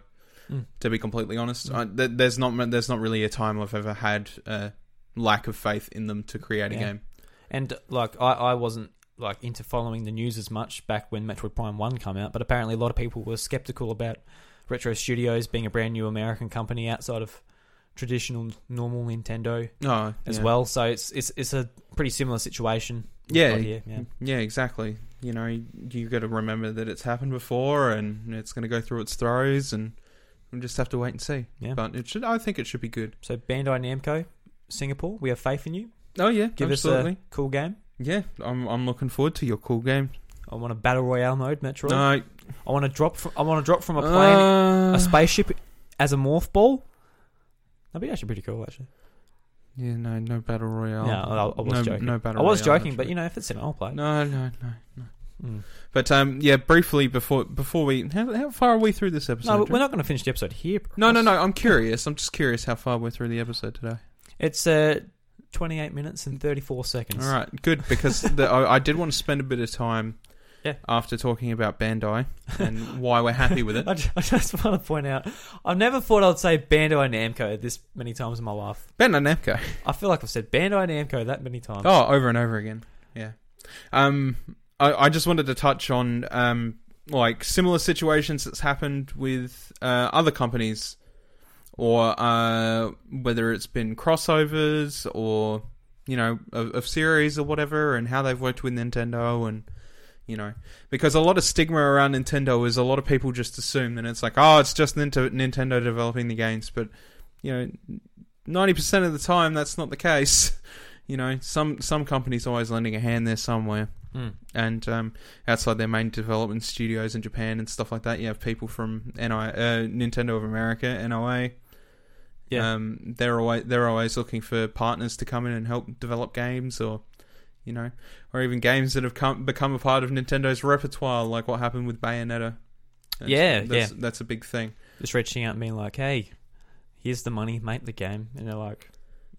S1: Mm.
S2: To be completely honest,
S1: Mm.
S2: I, th- there's not ma- there's not really a time I've ever had uh, lack of faith in them to create a
S1: Yeah.
S2: game.
S1: And like, I, I wasn't like into following the news as much back when Metroid Prime One came out, but apparently a lot of people were skeptical about Retro Studios being a brand new American company outside of traditional normal Nintendo
S2: Oh,
S1: as
S2: yeah.
S1: well. So it's it's it's a pretty similar situation.
S2: Yeah. Mm-hmm.
S1: right here, yeah.
S2: Yeah, exactly. You know, you, you got to remember that it's happened before, and it's going to go through its throes, and we just have to wait and see.
S1: Yeah.
S2: But it should. I think it should be good.
S1: So Bandai Namco, Singapore, we have faith in you.
S2: Oh yeah,
S1: Give
S2: absolutely.
S1: us a cool game.
S2: yeah, I'm I'm looking forward to your cool game.
S1: I want a battle royale mode, Metroid.
S2: No,
S1: I want to drop. From, I want to drop from a plane
S2: Uh,
S1: a spaceship as a morph ball. That'd be actually pretty cool, actually.
S2: yeah, no, no battle royale.
S1: No, I- I was
S2: no,
S1: joking.
S2: No battle
S1: I was
S2: royale,
S1: joking, but you know, if it's in, I'll play. it.
S2: No, no, no, no.
S1: Mm.
S2: But um, yeah. Briefly before before we how, how far are we through this episode?
S1: No,
S2: Drew?
S1: we're not going to finish the episode here. bro.
S2: no, no, no. I'm curious. I'm just curious how far we're through the episode today.
S1: It's uh, 28 minutes and 34 seconds.
S2: All right, good because the, I, I did want to spend a bit of time
S1: Yeah.
S2: after talking about Bandai and why we're happy with it.
S1: I ju- I just, want to point out, I never thought I'd say Bandai Namco this many times in my life.
S2: Bandai Namco.
S1: I feel like I've said Bandai Namco that many times.
S2: Oh, over and over again. Yeah. Um, I, I just wanted to touch on um, like similar situations that's happened with uh, other companies, or uh, whether it's been crossovers or you know of, of series or whatever, and how they've worked with Nintendo and. You know, because a lot of stigma around Nintendo is a lot of people just assume that it's like, oh, it's just Nint- Nintendo developing the games. But you know, ninety percent of the time that's not the case. You know, some some companies always lending a hand there somewhere,
S1: Mm.
S2: and um, outside their main development studios in Japan and stuff like that, you have people from NI, uh, Nintendo of America, NOA.
S1: Yeah.
S2: um, they're always they're always looking for partners to come in and help develop games, or you know, or even games that have come become a part of Nintendo's repertoire, like what happened with Bayonetta. That's-
S1: Yeah,
S2: that's, that's a big thing.
S1: Just reaching out and being like, hey, here's the money, make the game. And they're like,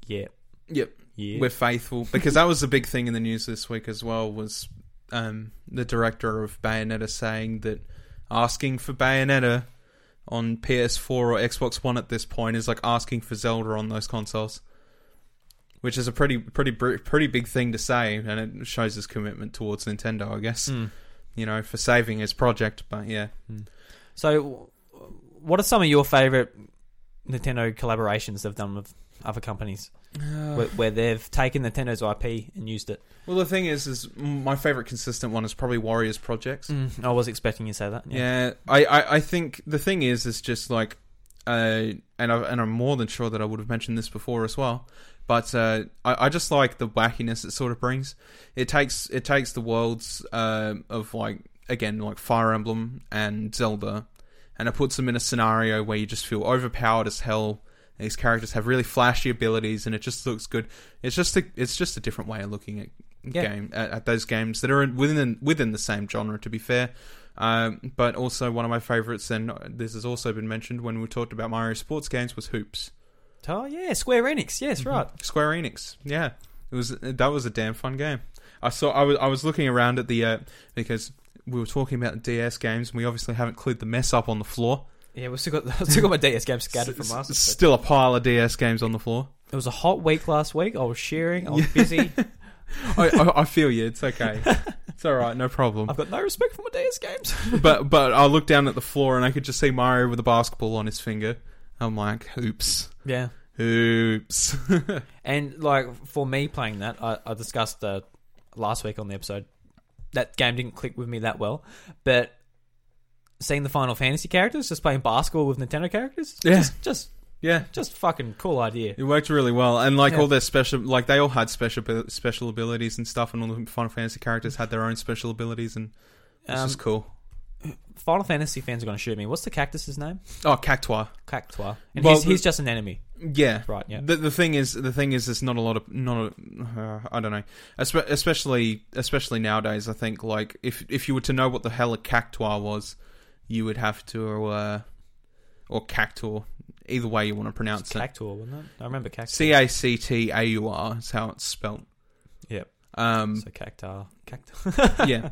S1: yeah.
S2: Yep.
S1: Yeah.
S2: we're faithful because that was the big thing in the news this week as well was um, the director of Bayonetta saying that asking for Bayonetta on PS4 or Xbox One at this point is like asking for Zelda on those consoles, which is a pretty pretty br- pretty big thing to say, and it shows his commitment towards Nintendo, I guess.
S1: Mm.
S2: You know, for saving his project, but yeah,
S1: So, w- what are some of your favorite Nintendo collaborations they've done with other companies where, where they've taken Nintendo's IP and used it?
S2: well, the thing is, is my favorite consistent one is probably Warriors Projects.
S1: I was expecting you to say that. Yeah.
S2: Mm. Yeah, I, I, I think the thing is, is just like, uh, and I, and I'm more than sure that I would have mentioned this before as well, but uh, I, I just like the wackiness it sort of brings. It takes it takes the worlds uh, of like again like Fire Emblem and Zelda, and it puts them in a scenario where you just feel overpowered as hell. These characters have really flashy abilities, and it just looks good. It's just a it's just a different way of looking at
S1: Yeah.
S2: game at, at those games that are in- within within the same genre. To be fair, um, but also one of my favorites, and this has also been mentioned when we talked about Mario sports games, was Hoops.
S1: Oh, yeah. Square Enix. Yes,
S2: Mm-hmm.
S1: right.
S2: Square Enix. Yeah, it was that was a damn fun game. I saw I was I was looking around at the uh, because we were talking about the DS games, and we obviously haven't cleared the mess up on the floor.
S1: Yeah, we've still got, still got my DS game scattered
S2: S-
S1: from last
S2: s-
S1: week.
S2: Still a pile of DS games on the floor.
S1: It was a hot week last week. I was sharing. I was busy.
S2: I, I, I feel you. It's okay. It's all right. No problem.
S1: I've got no respect for my DS games.
S2: but but I looked down at the floor and I could just see Mario with a basketball on his finger. I'm like, hoops,
S1: Yeah.
S2: hoops.
S1: And, like, for me playing that, I, I discussed uh, last week on the episode. That game didn't click with me that well. But seeing the Final Fantasy characters, just playing basketball with Nintendo characters,
S2: Yeah.
S1: just, just,
S2: yeah.
S1: just fucking cool idea.
S2: It worked really well, and like
S1: Yeah.
S2: all their special, like they all had special abil- special abilities and stuff, and all the Final Fantasy characters had their own special abilities, and it's
S1: Um,
S2: just cool.
S1: Final Fantasy fans are going to shoot me. What's the cactus's name?
S2: Oh, Cactuar.
S1: Cactuar. And
S2: Well,
S1: he's,
S2: the-
S1: he's just an enemy.
S2: Yeah.
S1: Right, yeah.
S2: The the thing is, the thing is, there's not a lot of not. A, uh, I don't know, Espe- especially especially nowadays. I think like if if you were to know what the hell a Cactuar was, you would have to uh, or Cactor, either way you want to pronounce
S1: It's
S2: it.
S1: Cactuar, wasn't it? I remember Cactuar.
S2: C A C T A U R is how it's spelt.
S1: Yep.
S2: Um,
S1: So Cactar. Cactar.
S2: yeah.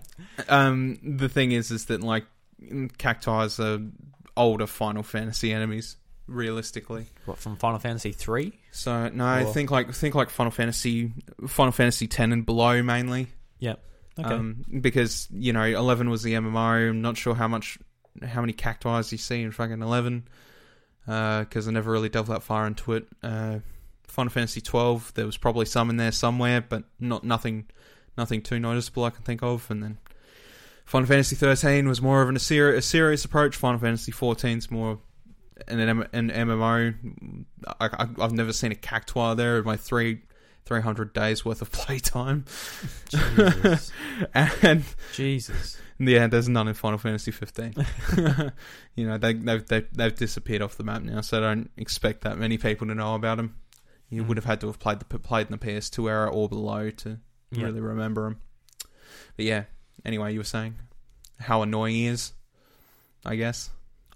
S2: Um, the thing is, is that like cacti's are older Final Fantasy enemies, realistically.
S1: What, from Final Fantasy 3?
S2: So no, I
S1: Cool.
S2: think like think like Final Fantasy, Final Fantasy ten and below mainly.
S1: Okay.
S2: Um, because you know eleven was the MMO. I'm not sure how much how many cacti's you see in fucking eleven. Because I never really delved that far into it. Uh, Final Fantasy twelve, there was probably some in there somewhere, but not nothing, nothing too noticeable I can think of. And then Final Fantasy thirteen was more of an, a, seri- a serious approach. Final Fantasy fourteen's more an, an, an MMO. I, I, I've never seen a cactuar there in my three three hundred days worth of playtime.
S1: Jesus.
S2: And
S1: Jesus.
S2: yeah, there's none in Final Fantasy 15. you know, they, they've, they've, they've disappeared off the map now, so I don't expect that many people to know about them. You
S1: Mm.
S2: would have had to have played the played in the PS2 era or below to
S1: Yeah.
S2: really remember them. But yeah, anyway, you were saying how annoying he is, I guess.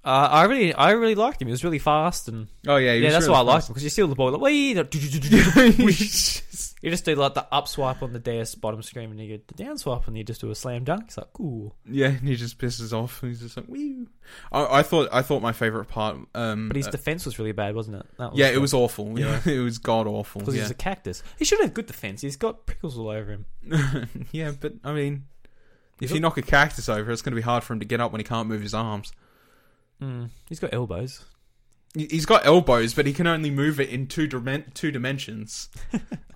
S1: Uh, I really, I really liked him. He was really fast, and
S2: Oh yeah, he
S1: yeah,
S2: was
S1: that's
S2: really
S1: why I liked
S2: fast.
S1: him because you steal the ball like wee. You just do like the up swipe on the DS bottom screen, and you get the down swipe, and you just do a slam dunk. It's like cool,
S2: Yeah, and he just pisses off, and he's just like, "Wee." I, I thought I thought my favorite part. Um,
S1: but his
S2: uh,
S1: defense was really bad, wasn't it? That
S2: yeah, it was awful.
S1: Yeah.
S2: it was god awful.
S1: because
S2: yeah.
S1: he's a cactus. He should have good defense. He's got prickles all over him.
S2: yeah, but I mean,
S1: He's
S2: if you
S1: got-
S2: knock a cactus over, it's going to be hard for him to get up when he can't move his arms.
S1: Mm, he's got elbows.
S2: he's got elbows, but he can only move it in two dimen- two dimensions,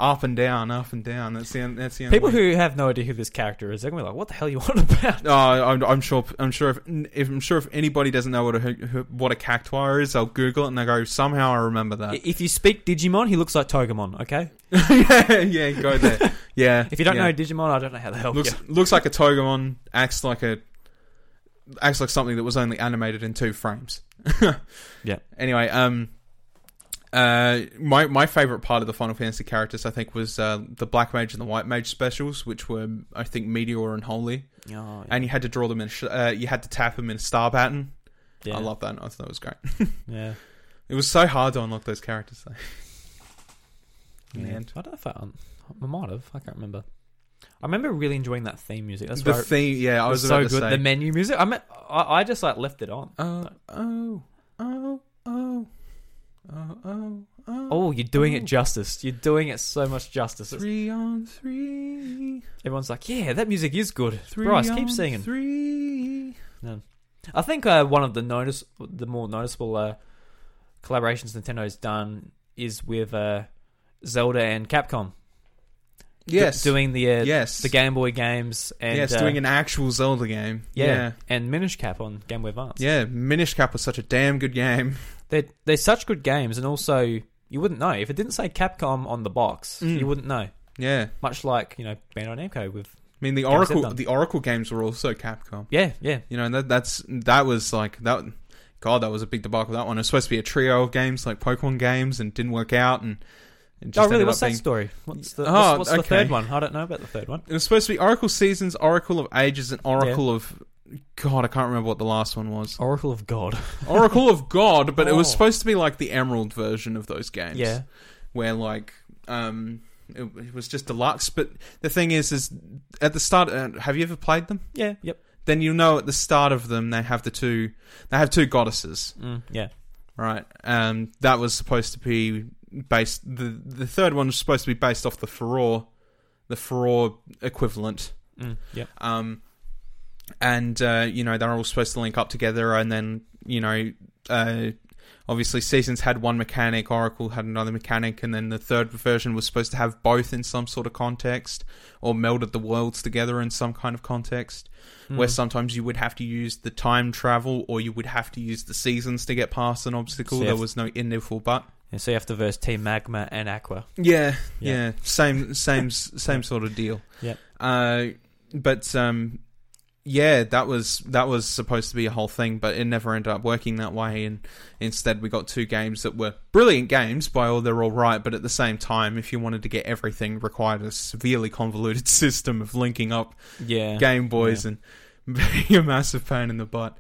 S2: up and down, up and down. That's the on- that's the only
S1: People
S2: way.
S1: who have no idea who this character is, they're gonna be like, "What the hell you on about?"
S2: Oh, I'm, I'm sure. I'm sure if, if I'm sure if anybody doesn't know what a who- what a cactuar is, they'll Google it and they go. Somehow I remember that.
S1: If you speak Digimon, he looks like Togemon. Okay.
S2: yeah, yeah, go there. Yeah.
S1: If you don't
S2: yeah.
S1: know Digimon, I don't know how the hell.
S2: looks
S1: you.
S2: looks like a Togemon. Acts like a acts like something that was only animated in two frames.
S1: Yeah.
S2: Anyway, um, uh, my my favorite part of the Final Fantasy characters, I think, was uh, the Black Mage and the White Mage specials, which were, I think, Meteor and Holy,
S1: Oh, yeah.
S2: and you had to draw them in. A sh- uh, you had to tap them in a star pattern.
S1: yeah.
S2: I love that. I thought it was great.
S1: Yeah.
S2: It was so hard to unlock those characters. Though. In the
S1: Yeah.
S2: end.
S1: I don't know if I, un- I might have. I can't remember. I remember really enjoying that theme music. That's
S2: the
S1: why
S2: theme, yeah,
S1: I
S2: I was,
S1: was so
S2: about
S1: good.
S2: to say.
S1: The menu music. I, mean, I I just like left it on.
S2: Oh, oh, oh, oh, oh, oh, oh.
S1: Oh, you're doing it justice. You're doing it so much justice. It's-
S2: Three on three.
S1: Everyone's like, "Yeah, that music is good."
S2: Three
S1: Bryce,
S2: on
S1: keep singing.
S2: Three.
S1: I think uh, one of the notice, the more noticeable uh, collaborations Nintendo's done is with uh, Zelda and Capcom. D-
S2: Yes.
S1: doing the uh,
S2: yes.
S1: the Game Boy games and
S2: yes,
S1: uh,
S2: doing an actual Zelda game.
S1: yeah,
S2: Yeah.
S1: and Minish Cap on Game Boy Advance.
S2: Yeah, Minish Cap was such a damn good game.
S1: They're they're such good games, and also you wouldn't know if it didn't say Capcom on the box.
S2: Mm.
S1: You wouldn't know.
S2: Yeah.
S1: Much like you know Bandai Namco with
S2: I mean, the
S1: Games they've
S2: Oracle
S1: done.
S2: the Oracle games were also Capcom.
S1: yeah yeah
S2: You know, and that that's that was like that God, that was a big debacle that one. It was supposed to be a trio of games like Pokemon games and didn't work out and it just
S1: oh really?
S2: ended
S1: What's
S2: up
S1: that
S2: being
S1: story? What's the
S2: Oh,
S1: what's, what's the
S2: okay.
S1: third one? I don't know about the third one.
S2: It was supposed to be Oracle Seasons, Oracle of Ages, and Oracle of God. I can't remember what the last one was.
S1: Oracle of God.
S2: Oracle of God, but it was
S1: Oh.
S2: supposed to be like the Emerald version of those games.
S1: Yeah.
S2: where like um, it, it was just deluxe. But the thing is, is at the start, uh, have you ever played them?
S1: Yeah. Yep.
S2: Then you know at the start of them they have the two, they have two goddesses,
S1: Mm, yeah.
S2: right? Um, that was supposed to be based. The the third one was supposed to be based off the Furor, the Furor equivalent.
S1: Mm, yep.
S2: Um, and uh, you know they're all supposed to link up together, and then you know, uh, obviously seasons had one mechanic, Oracle had another mechanic, and then the third version was supposed to have both in some sort of context, or melded the worlds together in some kind of context.
S1: Mm.
S2: Where sometimes you would have to use the time travel, or you would have to use the seasons to get past an obstacle.
S1: So you
S2: there
S1: have-
S2: was no in if or but.
S1: And so you have to verse Team Magma and Aqua.
S2: Yeah,
S1: Yeah.
S2: yeah, same, same, same sort of deal.
S1: Yep.
S2: Uh, but um, yeah, that was that was supposed to be a whole thing, but it never ended up working that way. And instead, we got two games that were brilliant games by all they're all right, but at the same time, if you wanted to get everything, required a severely convoluted system of linking up
S1: Yeah.
S2: Game Boys and being a massive pain in the butt.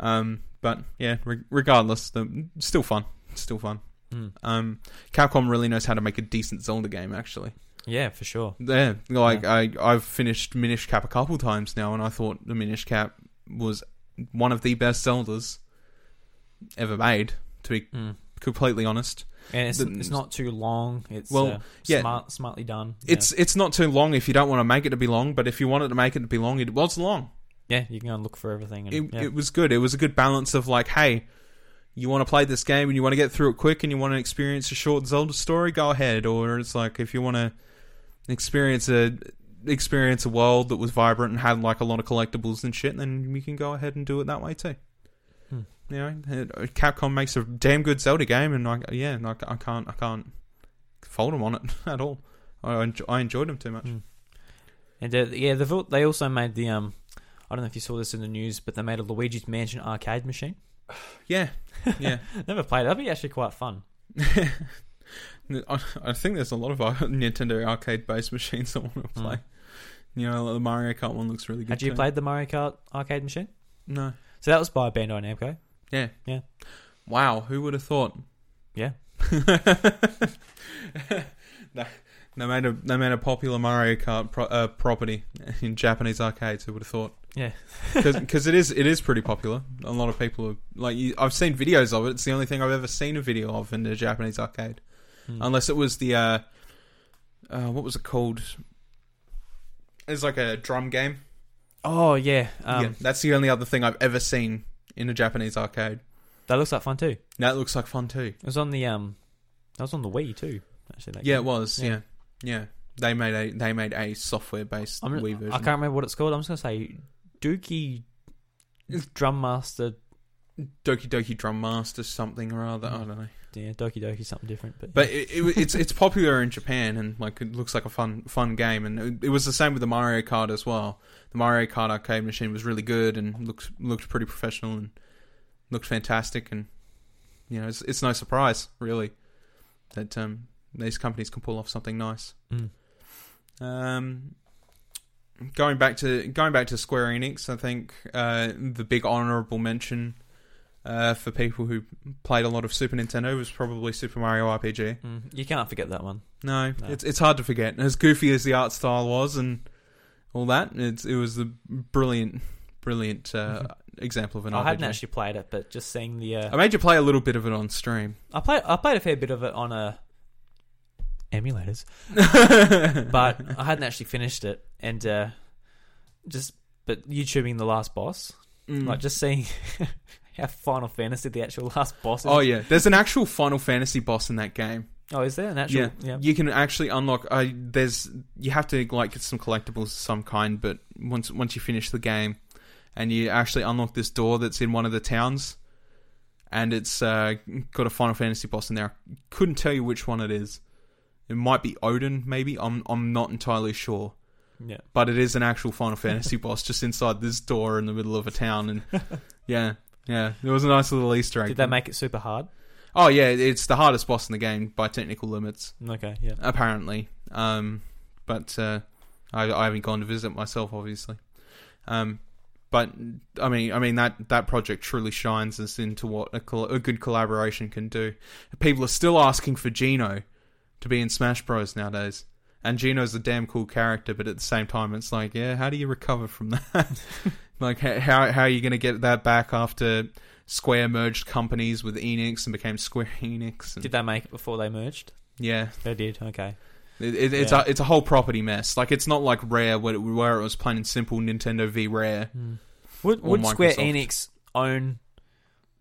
S2: Um, but yeah, re- regardless, the, still fun, still fun.
S1: Mm.
S2: Um, Capcom really knows how to make a decent Zelda game, actually.
S1: Yeah, for sure.
S2: Yeah, like I, I've finished Minish Cap a couple times now, and I thought the Minish Cap was one of the best Zeldas ever made. To be
S1: Mm.
S2: completely honest,
S1: And it's,
S2: The-
S1: it's not too long. It's
S2: Well,
S1: uh,
S2: yeah.
S1: smart, smartly done. Yeah.
S2: it's it's not too long if you don't want to make it to be long, but if you wanted to make it to be long, it was long.
S1: yeah, you can go and look for everything. And,
S2: it,
S1: yeah.
S2: it was good. It was a good balance of like, hey, you want to play this game and you want to get through it quick and you want to experience a short Zelda story, go ahead. Or it's like if you want to experience a experience a world that was vibrant and had like a lot of collectibles and shit, then you can go ahead and do it that way too.
S1: Hmm.
S2: You know, it- Capcom makes a damn good Zelda game, and like, yeah, like I can't, I can't fold them on it at all. I, enjoy, I enjoyed them too much.
S1: and uh, yeah, they've, al- they also made the um. I don't know if you saw this in the news, but they made a Luigi's Mansion arcade machine.
S2: Yeah, yeah.
S1: Never played. it. That'd be actually quite fun.
S2: I I think there's a lot of our Nintendo arcade based machines I want to play.
S1: Mm.
S2: You know, the Mario Kart one looks really good.
S1: Had you
S2: too.
S1: played the Mario Kart arcade machine?
S2: No.
S1: So that was by Bandai Namco.
S2: Yeah.
S1: Yeah.
S2: Wow, who would have thought?
S1: Yeah.
S2: they, they made a they made a popular Mario Kart pro, uh, property in Japanese arcades. Who would have thought?
S1: Yeah.
S2: because it is it is pretty popular. A lot of people are, like you, I've seen videos of it. It's the only thing I've ever seen a video of in a Japanese arcade.
S1: Hmm.
S2: unless it was the uh, uh what was it called? It's like a drum game.
S1: Oh yeah. Um,
S2: yeah, that's the only other thing I've ever seen in a Japanese arcade.
S1: That looks like fun too.
S2: That looks like fun too.
S1: It was on the um, that was on the Wii too. Actually, that
S2: Yeah, it
S1: game.
S2: was.
S1: Yeah.
S2: Yeah. yeah, They made a they made a software based
S1: I'm-
S2: Wii version.
S1: I can't remember what it's called. I'm just gonna say Dookie
S2: It's-
S1: Drum Master.
S2: Doki Doki Drum Master something or other. I don't know.
S1: Yeah, Doki Doki something different, but,
S2: But it, it, it's it's popular in Japan and like it looks like a fun fun game. And it, it was the same with the Mario Kart as well. The Mario Kart arcade machine was really good and looked looked pretty professional and looked fantastic. And you know, it's it's no surprise really that um, these companies can pull off something nice.
S1: Mm.
S2: Um, going back to going back to Square Enix, I think uh, the big honorable mention uh, for people who played a lot of Super Nintendo was probably Super Mario RPG.
S1: Mm, you can't forget that one.
S2: No,
S1: No.
S2: it's it's hard to forget. As goofy as the art style was and all that, it's it was the brilliant, brilliant uh, example of an
S1: Mm-hmm. I
S2: RPG.
S1: hadn't actually played it, but just seeing the uh,
S2: I made you play a little bit of it on stream.
S1: I played I played a fair bit of it on a emulators, but I hadn't actually finished it, and uh, just but YouTubing the last boss,
S2: Mm.
S1: like just seeing how Final Fantasy the actual last boss. Is.
S2: oh yeah, there's an actual Final Fantasy boss in that game.
S1: Oh, is there an actual? Yeah,
S2: You can actually unlock. Uh, there's you have to like get some collectibles of some kind, but once once you finish the game, and you actually unlock this door that's in one of the towns, and it's uh, got a Final Fantasy boss in there. I couldn't tell you which one it is. It might be Odin, maybe. I'm I'm not entirely sure,
S1: yeah.
S2: but it is an actual Final Fantasy boss just inside this door in the middle of a town, and yeah. Yeah, it was a nice little Easter egg.
S1: Did they make it super hard?
S2: Oh yeah, it's the hardest boss in the game by technical limits
S1: Okay, yeah.
S2: apparently. Um, but uh, I, I haven't gone to visit myself, obviously. Um, but I mean, I mean that that project truly shines us into what a, col- a good collaboration can do. People are still asking for Gino to be in Smash Bros. nowadays. And Gino's a damn cool character, but at the same time, it's like, yeah, how do you recover from that? like, h- how how are you going to get that back after Square merged companies with Enix and became Square Enix? And,
S1: Did they make it before they merged?
S2: yeah,
S1: They did. Okay.
S2: it, it, it's
S1: Yeah.
S2: a it's a whole property mess. Like it's not like Rare, where it, where it was plain and simple Nintendo v Rare.
S1: Hmm. Would
S2: Or
S1: Would Square
S2: Microsoft.
S1: Enix own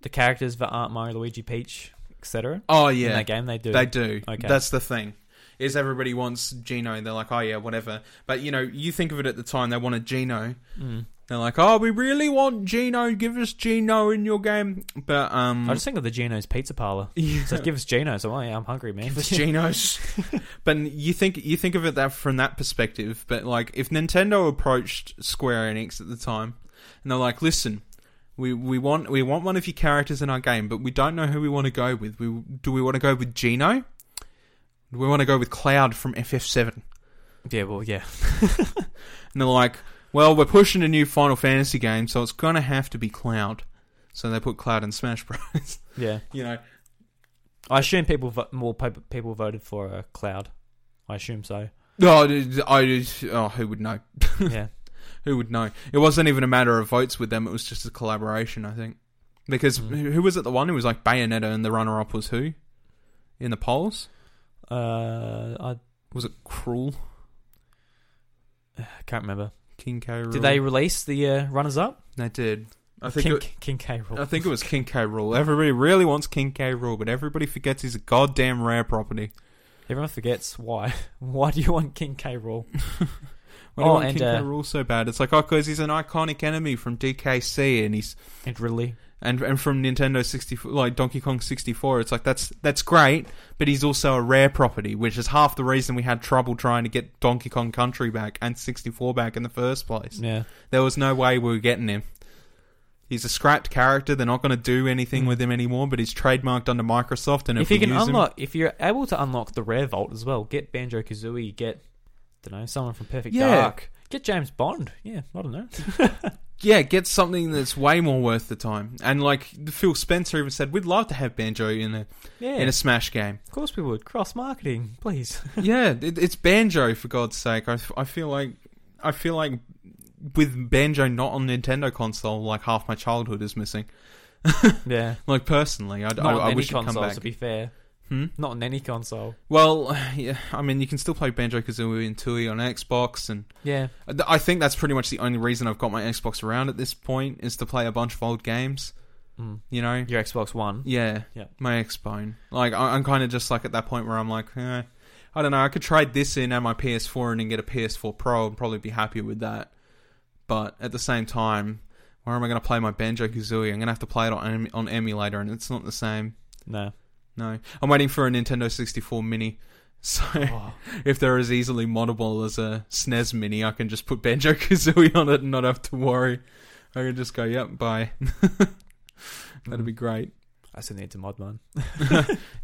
S1: the characters that aren't Mario, Luigi, Peach, etc.?
S2: Oh
S1: In
S2: yeah,
S1: that game, they do.
S2: they do.
S1: Okay.
S2: That's the thing. Is everybody wants Geno? and They're like, oh yeah, whatever. But you know, you think of it at the time they wanted Geno.
S1: Mm.
S2: They're like, oh, we really want Geno. Give us Geno in your game. But um,
S1: I just think of the Geno's Pizza Parlor.
S2: yeah.
S1: So give us Geno's. Oh, yeah, I'm hungry, man.
S2: Give us Genos. but you think you think of it that from that perspective, but like if Nintendo approached Square Enix at the time and they're like, "Listen, we, we want we want one of your characters in our game, but we don't know who we want to go with. We do we want to go with Geno? Do we want to go with Cloud from FF7?"
S1: yeah, well, yeah.
S2: And they're like, well, we're pushing a new Final Fantasy game, so it's going to have to be Cloud. So they put Cloud in Smash Bros.
S1: Yeah.
S2: you know,
S1: I assume people vo- more pe- people voted for uh, Cloud. I assume so.
S2: oh, I, I, oh, who would know?
S1: yeah.
S2: Who would know? It wasn't even a matter of votes with them. It was just a collaboration, I think. Because
S1: Mm.
S2: who- who was it? The one who was like Bayonetta and the runner-up was who in the polls?
S1: Uh, I
S2: Was it Cruel
S1: can't remember.
S2: King K. Rule?
S1: Did they release the uh, runners up?
S2: They did. I think.
S1: King,
S2: it, Uh.
S1: King K. Rool.
S2: I think it was King K. Rule. Everybody really wants King K. Rule, but everybody forgets he's a goddamn rare property.
S1: Everyone forgets why. Why do you want King K. Rool?
S2: Why do
S1: Oh,
S2: you want
S1: and,
S2: King
S1: uh,
S2: K. Rule so bad? It's like oh, because he's an iconic enemy from DKC, and he's
S1: And Ridley.
S2: and and from Nintendo 64, like Donkey Kong 64, it's like that's that's great, but he's also a rare property, which is half the reason we had trouble trying to get Donkey Kong Country back and 64 back in the first place.
S1: Yeah.
S2: There was no way we were getting him. He's a scrapped character. They're not going to do anything with him anymore. But he's trademarked under Microsoft, and if,
S1: if you
S2: we
S1: can
S2: use
S1: unlock, if you're able to unlock the rare vault as well, get Banjo Kazooie, get don't know someone from Perfect
S2: Yeah.
S1: Dark, get James Bond. Yeah, I don't know.
S2: him, yeah, get something that's way more worth the time. And like Phil Spencer even said, we'd love to have Banjo in a
S1: Yeah,
S2: in a Smash game.
S1: of course we would cross marketing, please.
S2: yeah, it, it's banjo for God's sake. I, I feel like I feel like with banjo not on Nintendo console, like half my childhood is missing.
S1: yeah,
S2: Like personally, I'd-
S1: not
S2: I,
S1: on
S2: I
S1: any
S2: wish it'd come
S1: console.
S2: back.
S1: To be fair,
S2: Hmm?
S1: not on any console.
S2: Well, yeah, I mean, you can still play Banjo Kazooie and Tui on Xbox, and uh,
S1: Yeah,
S2: I think that's pretty much the only reason I've got my Xbox around at this point is to play a bunch of old games.
S1: Mm.
S2: You know,
S1: Your Xbox One.
S2: yeah,
S1: Yeah.
S2: my Xbone. Like I, I'm kind of just like at that point where I'm like, eh, I don't know. I could trade this in and my PS4 in and get a PS4 Pro and probably be happy with that. But at the same time, where am I going to play my Banjo Kazooie? I'm going to have to play it on em- on emulator, and it's not the same.
S1: No.
S2: No, I'm waiting for a Nintendo 64 Mini. So
S1: Oh.
S2: if they're as easily moddable as a SNES Mini, I can just put Banjo Kazooie on it and not have to worry. I can just go, yep, bye. That'd be great.
S1: I still need to mod mine.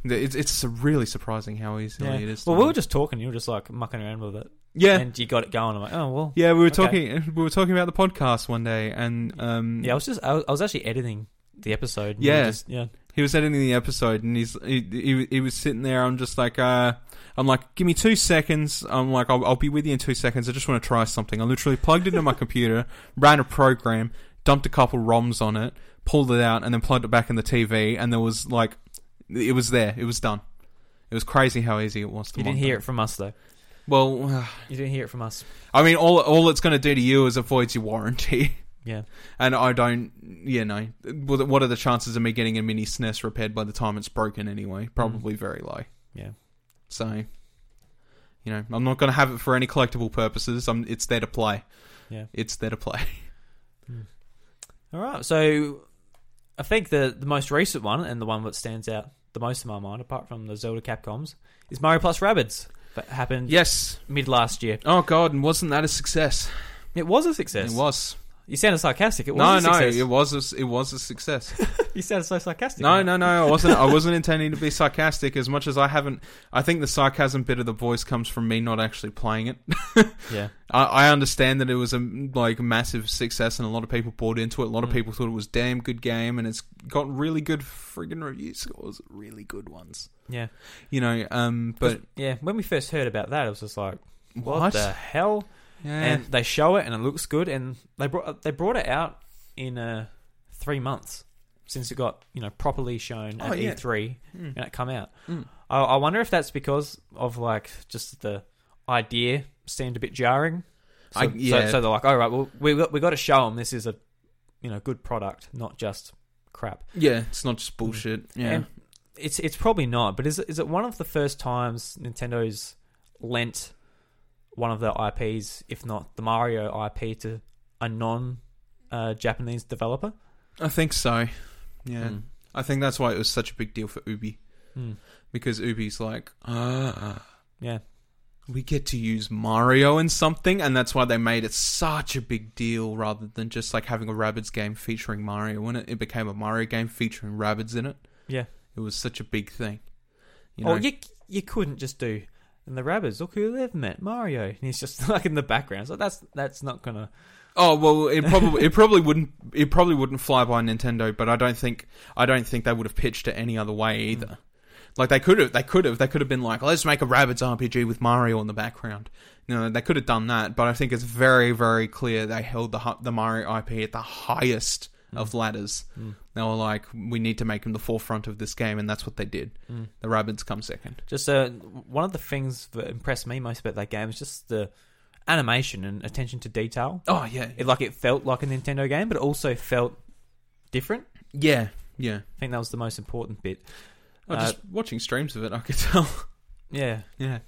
S2: it's it's really surprising how easy
S1: Yeah.
S2: it is.
S1: Well,
S2: to
S1: we
S2: do.
S1: were just talking. You were just like mucking around with it,
S2: yeah,
S1: and you got it going. I'm like, oh well.
S2: yeah. We were
S1: Okay.
S2: talking we were talking about the podcast one day, and um,
S1: Yeah, I was just I was, I was actually editing the episode. and
S2: Yeah.
S1: you were just- yeah.
S2: he was editing the episode, and he's he, he he was sitting there. I'm just like, uh, I'm like, give me two seconds. I'm like, I'll, I'll be with you in two seconds. I just want to try something. I literally plugged it into my computer, ran a program, dumped a couple ROMs on it, pulled it out, and then plugged it back in the TV, and there was like, it was there. It was done. It was crazy how easy it was to
S1: You didn't hear it from us though.
S2: Well,
S1: You didn't hear it from us.
S2: I mean, all all it's going to do to you is avoids your warranty.
S1: Yeah.
S2: And I don't, you know, what what are the chances of me getting a mini SNES repaired by the time it's broken anyway? Probably very low.
S1: Mm. Yeah.
S2: So, you know, I'm not going to have it for any collectible purposes. I'm, it's there to play.
S1: Yeah.
S2: It's there to play.
S1: All right. So I think the the most recent one and the one that stands out the most in my mind, apart from the Zelda Capcoms, is Mario Plus Rabbids that happened
S2: Yes.
S1: mid last year.
S2: Oh God, and wasn't that a success?
S1: It was a success.
S2: It was.
S1: You sounded sarcastic. It
S2: No,
S1: was a
S2: no,
S1: success.
S2: it was. A, s- it was a success.
S1: You sounded so sarcastic.
S2: No, no, no. I wasn't. I wasn't intending to be sarcastic. As much as I haven't, I think the sarcasm bit of the voice comes from me not actually playing it.
S1: Yeah.
S2: I, I understand that it was a like massive success and a lot of people bought into it. A lot of
S1: Mm.
S2: people thought it was a damn good game, and it's got really good friggin' review scores, really good ones.
S1: Yeah.
S2: You know, um, but
S1: Yeah. When we first heard about that, it was just like, what,
S2: what?
S1: the hell?
S2: Yeah.
S1: And they show it, and it looks good. And they brought they brought it out in uh, three months since it got you know properly shown
S2: Oh,
S1: at E
S2: yeah.
S1: E3
S2: Mm.
S1: and it come out.
S2: Mm.
S1: I, I wonder if that's because of like just the idea seemed a bit jarring. So,
S2: I-
S1: so-
S2: yeah.
S1: so, they're like, all right, well we got, we got to show them this is a you know good product, not just crap.
S2: yeah, it's not just bullshit. Yeah,
S1: And it's it's probably not, but is it, is it one of the first times Nintendo's lent one of their IPs, if not the Mario IP, to a non uh, Japanese developer?
S2: I think so. Yeah,
S1: Mm.
S2: I think that's why it was such a big deal for Ubi
S1: Mm.
S2: because Ubi's like, ah.
S1: Yeah.
S2: we get to use Mario in something, and that's why they made it such a big deal rather than just like having a Rabbids game featuring Mario. When it, it became a Mario game featuring Rabbids in it,
S1: Yeah.
S2: it was such a big thing. You know,
S1: Oh, you you couldn't just do. And the rabbits, look who they've met, Mario. And he's just like in the background. So that's that's not gonna.
S2: oh well, it probably it probably wouldn't it probably wouldn't fly by Nintendo, but I don't think I don't think they would have pitched it any other way either. Like they could have, they could have, they could have been like, let's make a Rabbids RPG with Mario in the background. You know, they could have done that, but I think it's very, very clear they held the hi- the Mario IP at the highest of ladders.
S1: Mm.
S2: They were like, we need to make him the forefront of this game, and that's what they did.
S1: Mm.
S2: The Rabbids come second.
S1: Just uh, one of the things that impressed me most about that game is just the animation and attention to detail.
S2: Oh yeah,
S1: It like it felt like a Nintendo game, but it also felt different.
S2: yeah, yeah.
S1: I think that was the most important bit.
S2: Oh, just watching streams of it, I could tell.
S1: Yeah,
S2: yeah,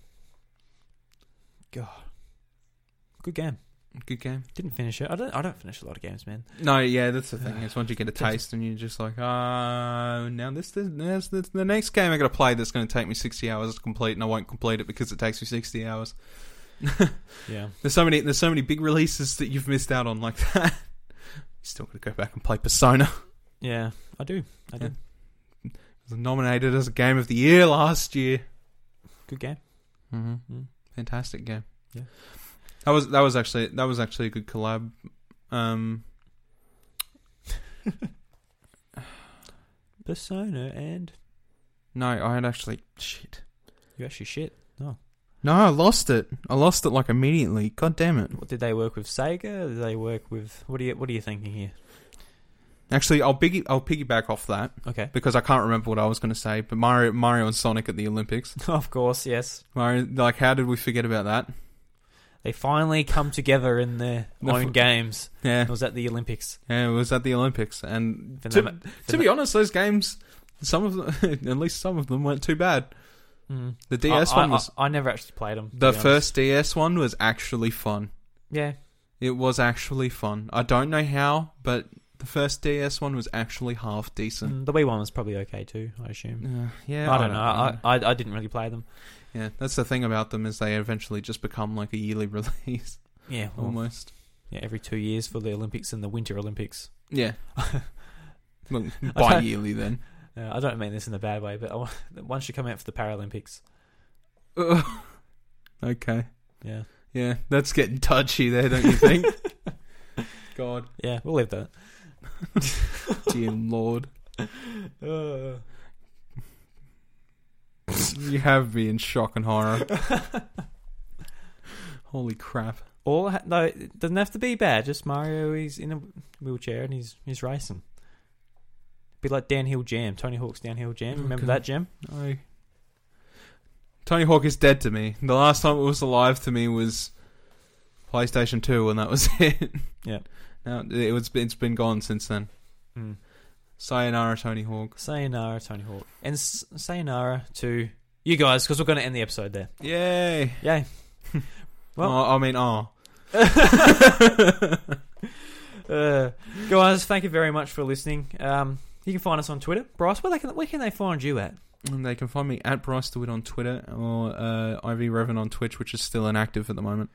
S1: good game.
S2: good game.
S1: Didn't finish it. I don't. I don't finish a lot of games, man.
S2: No, yeah, that's the thing. Is once you get a taste, and you're just like, uh, now this, this, this, this the next game I got to play that's going to take me sixty hours to complete, and I won't complete it because it takes me sixty hours.
S1: Yeah.
S2: There's so many, there's so many big releases that you've missed out on like that. you still got to go back and play Persona.
S1: Yeah, I do. I do.
S2: Yeah. It was nominated as a game of the year last year.
S1: Good game.
S2: Mm-hmm.
S1: Mm.
S2: Fantastic game.
S1: Yeah.
S2: that was that was actually that was actually a good collab. Um,
S1: Persona and
S2: no, I had actually shit.
S1: you actually shit.
S2: No, I lost it. I lost it like immediately. God damn it.
S1: What did they work with Sega? Did they work with what are you What are you thinking here?
S2: Actually, I'll piggy I'll piggyback off that
S1: Okay.
S2: because I can't remember what I was going to say. But Mario, Mario and Sonic at the Olympics.
S1: of course, yes.
S2: Mario, like, how did we forget about that?
S1: they finally come together in their
S2: The
S1: own
S2: f-
S1: games.
S2: Yeah,
S1: It was at the Olympics.
S2: yeah, it was at the Olympics, and
S1: For
S2: to,
S1: them- for
S2: to be honest, those games, some of them, at least some of them, weren't too bad.
S1: Mm.
S2: The DS one
S1: I,
S2: was
S1: I, I never actually played them.
S2: the first DS one was actually fun.
S1: Yeah,
S2: It was actually fun. I don't know how, but the first DS one was actually half decent.
S1: mm, the Wii one was probably okay too. I assume.
S2: Uh, yeah,
S1: Mm. I don't know. I, I I didn't really play them.
S2: yeah, that's the thing about them is they eventually just become like a yearly release
S1: Yeah, well,
S2: almost.
S1: yeah, every two years for the Olympics and the Winter Olympics.
S2: Yeah. Well, bi-yearly then.
S1: Uh, I don't mean this in a bad way, but I, wa- one should come out for the Paralympics.
S2: okay.
S1: Yeah,
S2: Yeah, that's getting touchy there, don't you think? God,
S1: yeah, we'll leave that.
S2: dear lord,
S1: Uh.
S2: you have me in shock and horror. Uh, Holy crap!
S1: All ha- no, it doesn't have to be bad. Just Mario, he's in a wheelchair and he's he's racing. Be like downhill jam, Tony Hawk's downhill jam.
S2: Oh,
S1: Remember
S2: God.
S1: that jam?
S2: I... Tony Hawk is dead to me. The last time it was alive to me was PlayStation Two, and that was it.
S1: Yeah.
S2: Now it was it's been gone since then.
S1: Mm.
S2: Sayonara, Tony Hawk.
S1: Sayonara, Tony Hawk, and s- sayonara to you guys because we're going to end the episode there.
S2: Yay!
S1: Yay! Well-
S2: Oh, I mean, oh,
S1: Uh, guys, thank you very much for listening. Um, you can find us on Twitter, Bryce. Where they can where can they find you at?
S2: And they can find me at Bryce DeWitt on Twitter or uh, Ivy Revan on Twitch, which is still inactive at the moment.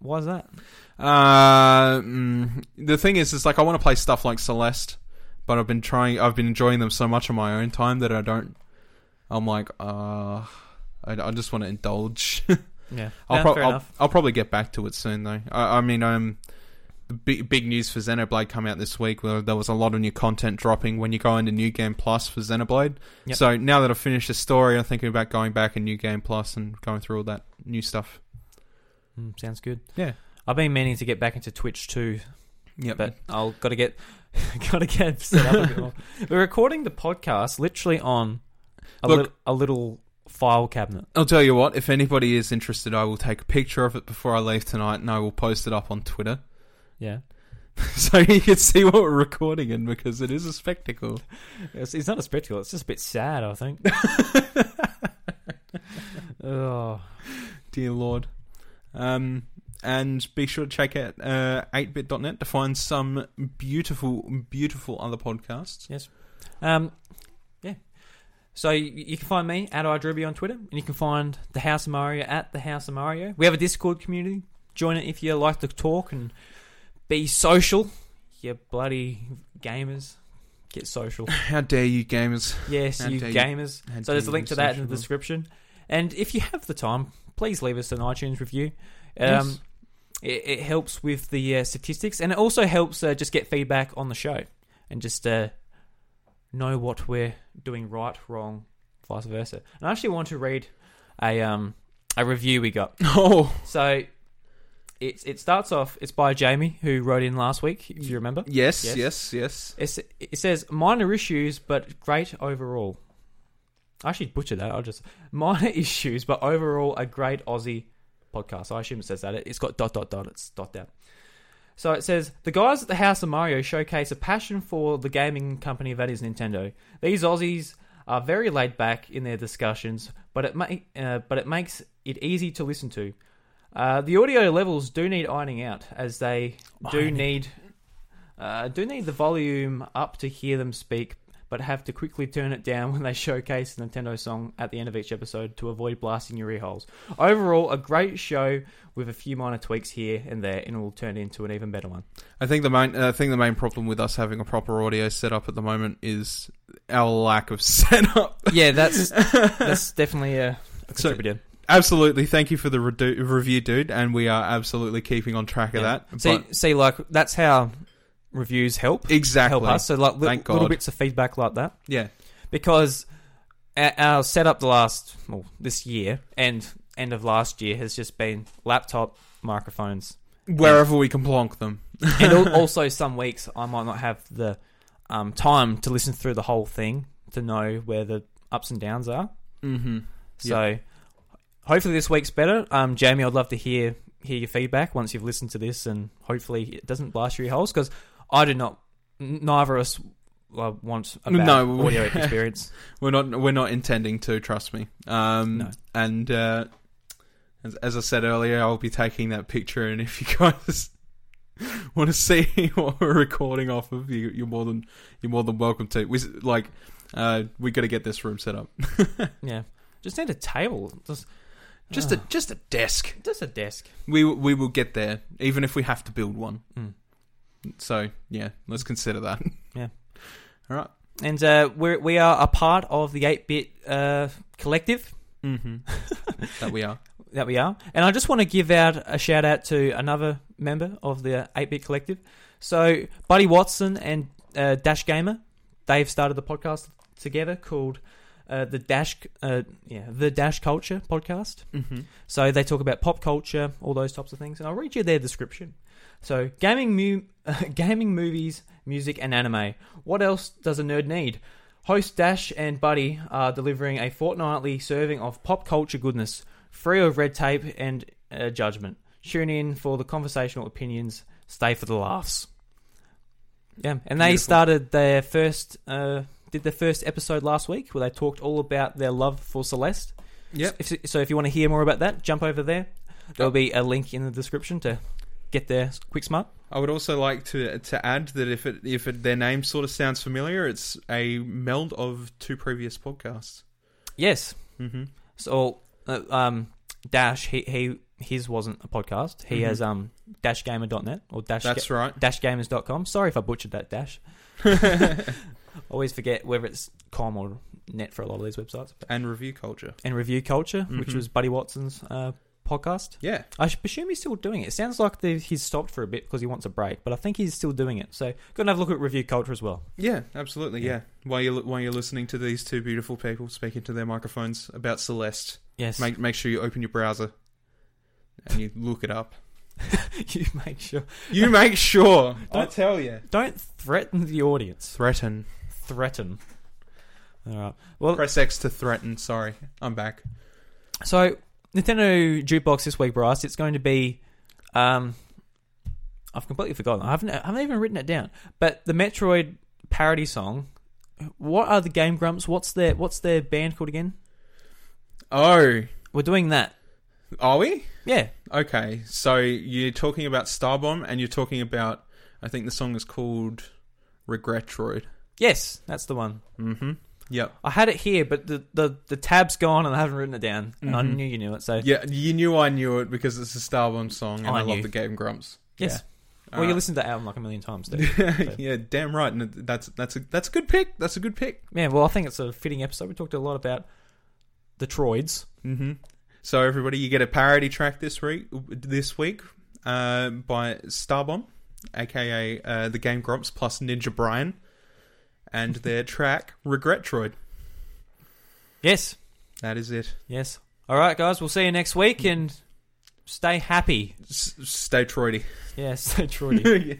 S1: Why's that?
S2: Uh, mm, the thing is, it's like I want to play stuff like Celeste, but I've been trying, I've been enjoying them so much on my own time that I don't. I'm like, uh, I, I just want to indulge.
S1: Yeah,
S2: I'll,
S1: No,
S2: prob-
S1: fair
S2: I'll,
S1: enough.
S2: I'll probably get back to it soon, though. I, I mean, um, the big, big news for Xenoblade come out this week. Where there was a lot of new content dropping when you go into New Game Plus for Xenoblade.
S1: Yep.
S2: So now that I've finished the story, I'm thinking about going back in New Game Plus and going through all that new stuff.
S1: Mm, sounds good.
S2: Yeah.
S1: I've been meaning to get back into Twitch too,
S2: Yep.
S1: but I'll got to get got to get set up a bit more. We're recording the podcast literally on a,
S2: Look-
S1: lit- a little file cabinet.
S2: I'll tell you what. If anybody is interested, I will take a picture of it before I leave tonight, and I will post it up on Twitter
S1: Yeah,
S2: so you can see what we're recording in because it is a spectacle.
S1: it's, it's not a spectacle. It's just a bit sad. I think. oh,
S2: dear lord. Um, and be sure to check out uh, 8bit.net to find some beautiful, beautiful other podcasts.
S1: um, yeah. So you, you can find me at iDruby on Twitter, and you can find the House of Mario at the House of Mario. We have a Discord community. Join it if you like to talk and be social. You bloody gamers, get social.
S2: How dare you, gamers?
S1: Yes,
S2: How
S1: you
S2: dare you-
S1: gamers.
S2: how
S1: so
S2: dare
S1: there's a
S2: you
S1: link to
S2: be
S1: that in the
S2: sociable.
S1: description. And if you have the time, please leave us an iTunes review. Um,
S2: Yes.
S1: it, it helps with the uh, statistics, and it also helps uh, just get feedback on the show and just uh, know what we're doing right, wrong, vice versa. And I actually want to read a um, a review we got.
S2: Oh,
S1: So it it starts off. It's by Jamie who wrote in last week, if you remember.
S2: yes,
S1: Yes.
S2: yes, yes.
S1: It's, it says minor issues, but great overall. I actually butchered that. I'll just minor issues, but overall a great Aussie podcast. I assume it says that. It- It's got dot dot dot. It's dot down. So it says the guys at the House of Mario showcase a passion for the gaming company that is Nintendo. These Aussies are very laid back in their discussions, but it ma- uh, but it makes it easy to listen to. Uh, the audio levels do need ironing out, as they do
S2: Ironing.
S1: need uh, do need the volume up to hear them speak, but have to quickly turn it down when they showcase a Nintendo song at the end of each episode to avoid blasting your ear holes. Overall, a great show with a few minor tweaks here and there, and it will turn into an even better one.
S2: I think the main, uh, I think the main problem with us having a proper audio setup at the moment is our lack of setup.
S1: Yeah, that's that's definitely a
S2: So-
S1: contributor.
S2: absolutely, thank you for the redo- review, dude, and we are absolutely keeping on track of
S1: Yeah.
S2: that.
S1: see,
S2: but
S1: see, like that's how reviews help
S2: exactly,
S1: help us. So like li-
S2: Thank
S1: little
S2: God.
S1: bits of feedback like that.
S2: yeah,
S1: because our- our setup the last well this year and end of last year has just been laptop microphones
S2: wherever we can plonk them.
S1: and al- also some weeks i might not have the um, time to listen through the whole thing to know where the ups and downs are
S2: Mm-hmm.
S1: so hopefully this week's better um, jamie i'd love to hear hear your feedback once you've listened to this, and hopefully it doesn't blast your holes because I do not. n- Neither of us uh, want a bad
S2: No, we-
S1: audio experience.
S2: We're not we're not intending to. Trust me. Um,
S1: No.
S2: And uh, as, as I said earlier, I'll be taking that picture, and if you guys want to see what we're recording off of, you, you're more than you're more than welcome to. We s- like uh, we got to get this room set up.
S1: Yeah, just need a table, just
S2: Just a just a desk.
S1: just a desk.
S2: We w- we will get there, even if we have to build one.
S1: Mm.
S2: So yeah, let's consider that.
S1: Yeah.
S2: All right.
S1: And uh, we're, we are a part of the 8 bit uh, collective
S2: Mm-hmm. that we are.
S1: that we are. And I just want to give out a shout out to another member of the 8 bit collective. So, Buddy Watson and uh, Dash Gamer, they've started the podcast together called. Uh, the dash, uh, yeah, the dash culture podcast.
S2: Mm-hmm.
S1: So they talk about pop culture, all those types of things, and I'll read you their description. So gaming, mu- gaming, movies, music, and anime. What else does a nerd need? Host Dash and Buddy are delivering a fortnightly serving of pop culture goodness, free of red tape and uh, judgment. Tune in for the conversational opinions. Stay for the laughs. Yeah, and they
S2: Beautiful.
S1: started their first, uh, did their first episode last week where they talked all about their love for Celeste.
S2: Yep.
S1: If, so if you want to hear more about that, jump over there. There'll be a link in the description to get there quick smart.
S2: I would also like to to add that if it if it, their name sort of sounds familiar, it's a meld of two previous podcasts.
S1: Yes.
S2: Mm-hmm.
S1: So uh, um, Dash he he his wasn't a podcast. He
S2: Mhm.
S1: has um dashgamer.net or dash
S2: That's right.
S1: dashgamers.com. Sorry if I butchered that dash. Always forget whether it's com or net for a lot of these websites.
S2: And review culture.
S1: And review culture, which
S2: Mhm.
S1: was Buddy Watson's uh, podcast.
S2: Yeah.
S1: I sh- assume he's still doing it. It sounds like the, he's stopped for a bit because he wants a break, but I think he's still doing it. So go and have a look at review culture as well.
S2: Yeah. Absolutely.
S1: Yeah.
S2: Yeah. While you while you're listening to these two beautiful people speaking to their microphones about Celeste,
S1: Yes,
S2: make make sure you open your browser and you look it up.
S1: you make sure.
S2: You make sure. I
S1: Don't-
S2: tell you.
S1: Don't threaten the audience.
S2: Threaten.
S1: Threaten. All right. Well,
S2: Press X to threaten. Sorry, I'm back.
S1: so Nintendo jukebox this week, Bryce. It's going to be. Um, I've completely forgotten. I haven't. I haven't even written it down. But the Metroid parody song. What are the Game Grumps? What's their What's their band called again?
S2: Oh,
S1: We're doing that.
S2: are we?
S1: Yeah.
S2: Okay, so you're talking about Starbomb, and you're talking about I think the song is called Regretroid.
S1: Yes, that's the one.
S2: Mm-hmm. Yep.
S1: I had it here, but the the, the tab's gone, and I haven't written it down. And I
S2: Mhm.
S1: knew you knew it. So
S2: Yeah, you knew I knew it because it's a Starbomb song, and
S1: I
S2: I,
S1: knew.
S2: love the game Grumps.
S1: yes.
S2: Yeah.
S1: Well, you
S2: Alright.
S1: listened to that album like a million times, dude. so-
S2: yeah, damn right. And that's that's a that's a good pick. That's a good pick.
S1: Yeah, well, I think it's a fitting episode. We talked a lot about the Troids.
S2: Mm-hmm. So everybody, you get a parody track this week. This week, uh, by Starbomb, aka uh, the Game Grumps plus Ninja Brian, and their track Regretroid.
S1: Yes,
S2: That is it.
S1: yes. All right, guys, we'll see you next week and stay happy.
S2: S- stay Troidy.
S1: Yeah, stay Troidy.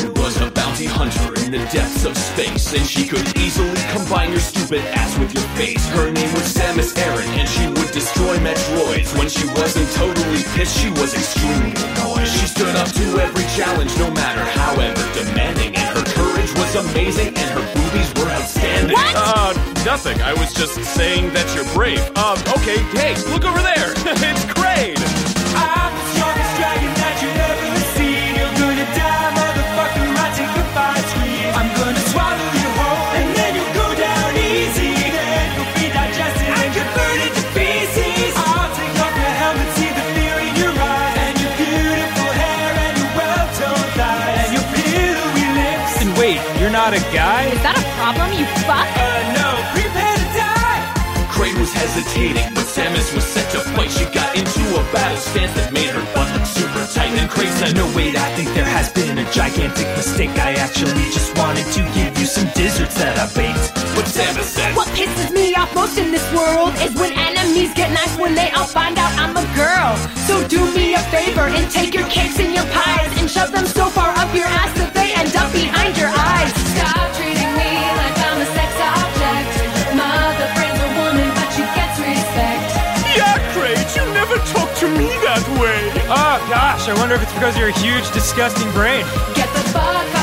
S3: There was a bounty hunter in the depths of space, and she could easily combine your stupid ass with your face. Her name was Samus Aran, and she would destroy Metroids. When she wasn't totally pissed, she was extremely annoyed. She stood up to every challenge, no matter however demanding, and her courage was amazing, and her boobies were outstanding.
S4: Uh, nothing. I was just saying that you're brave. Um, okay, hey, look over there. it's great.
S5: I'm the strongest dragon that you've ever seen. You're gonna die, motherfucker, I take a fire scream. I'm gonna swallow you whole, and then you'll go down easy. Then you'll be digested and converted to feces. I'll take off your helmet, see the fear in your eyes, and your beautiful hair, and your well-toned thighs, and your pillowy lips. And wait, you're not a guy?
S6: Is that a problem, you fuck?
S5: Uh, no, prepare to die.
S3: Crane was hesitating, but Samus was set to fight. She got into a battle stance that made her butt look super tight. And Crane said,
S5: No, wait, I think there has been a gigantic mistake. I actually just wanted to give you some desserts that I baked.
S3: But Samus said,
S6: What pisses me off most in this world is when enemies get nice when they all find out I'm a girl. So do me a favor and take your cakes and your pies and shove them so far up your ass that they end up behind your eyes.
S7: Stop treating me like I'm a sex object. My other friend's a woman, but she gets respect.
S8: Oh, gosh, I wonder if it's because you're a huge, disgusting brain.
S6: Get the fuck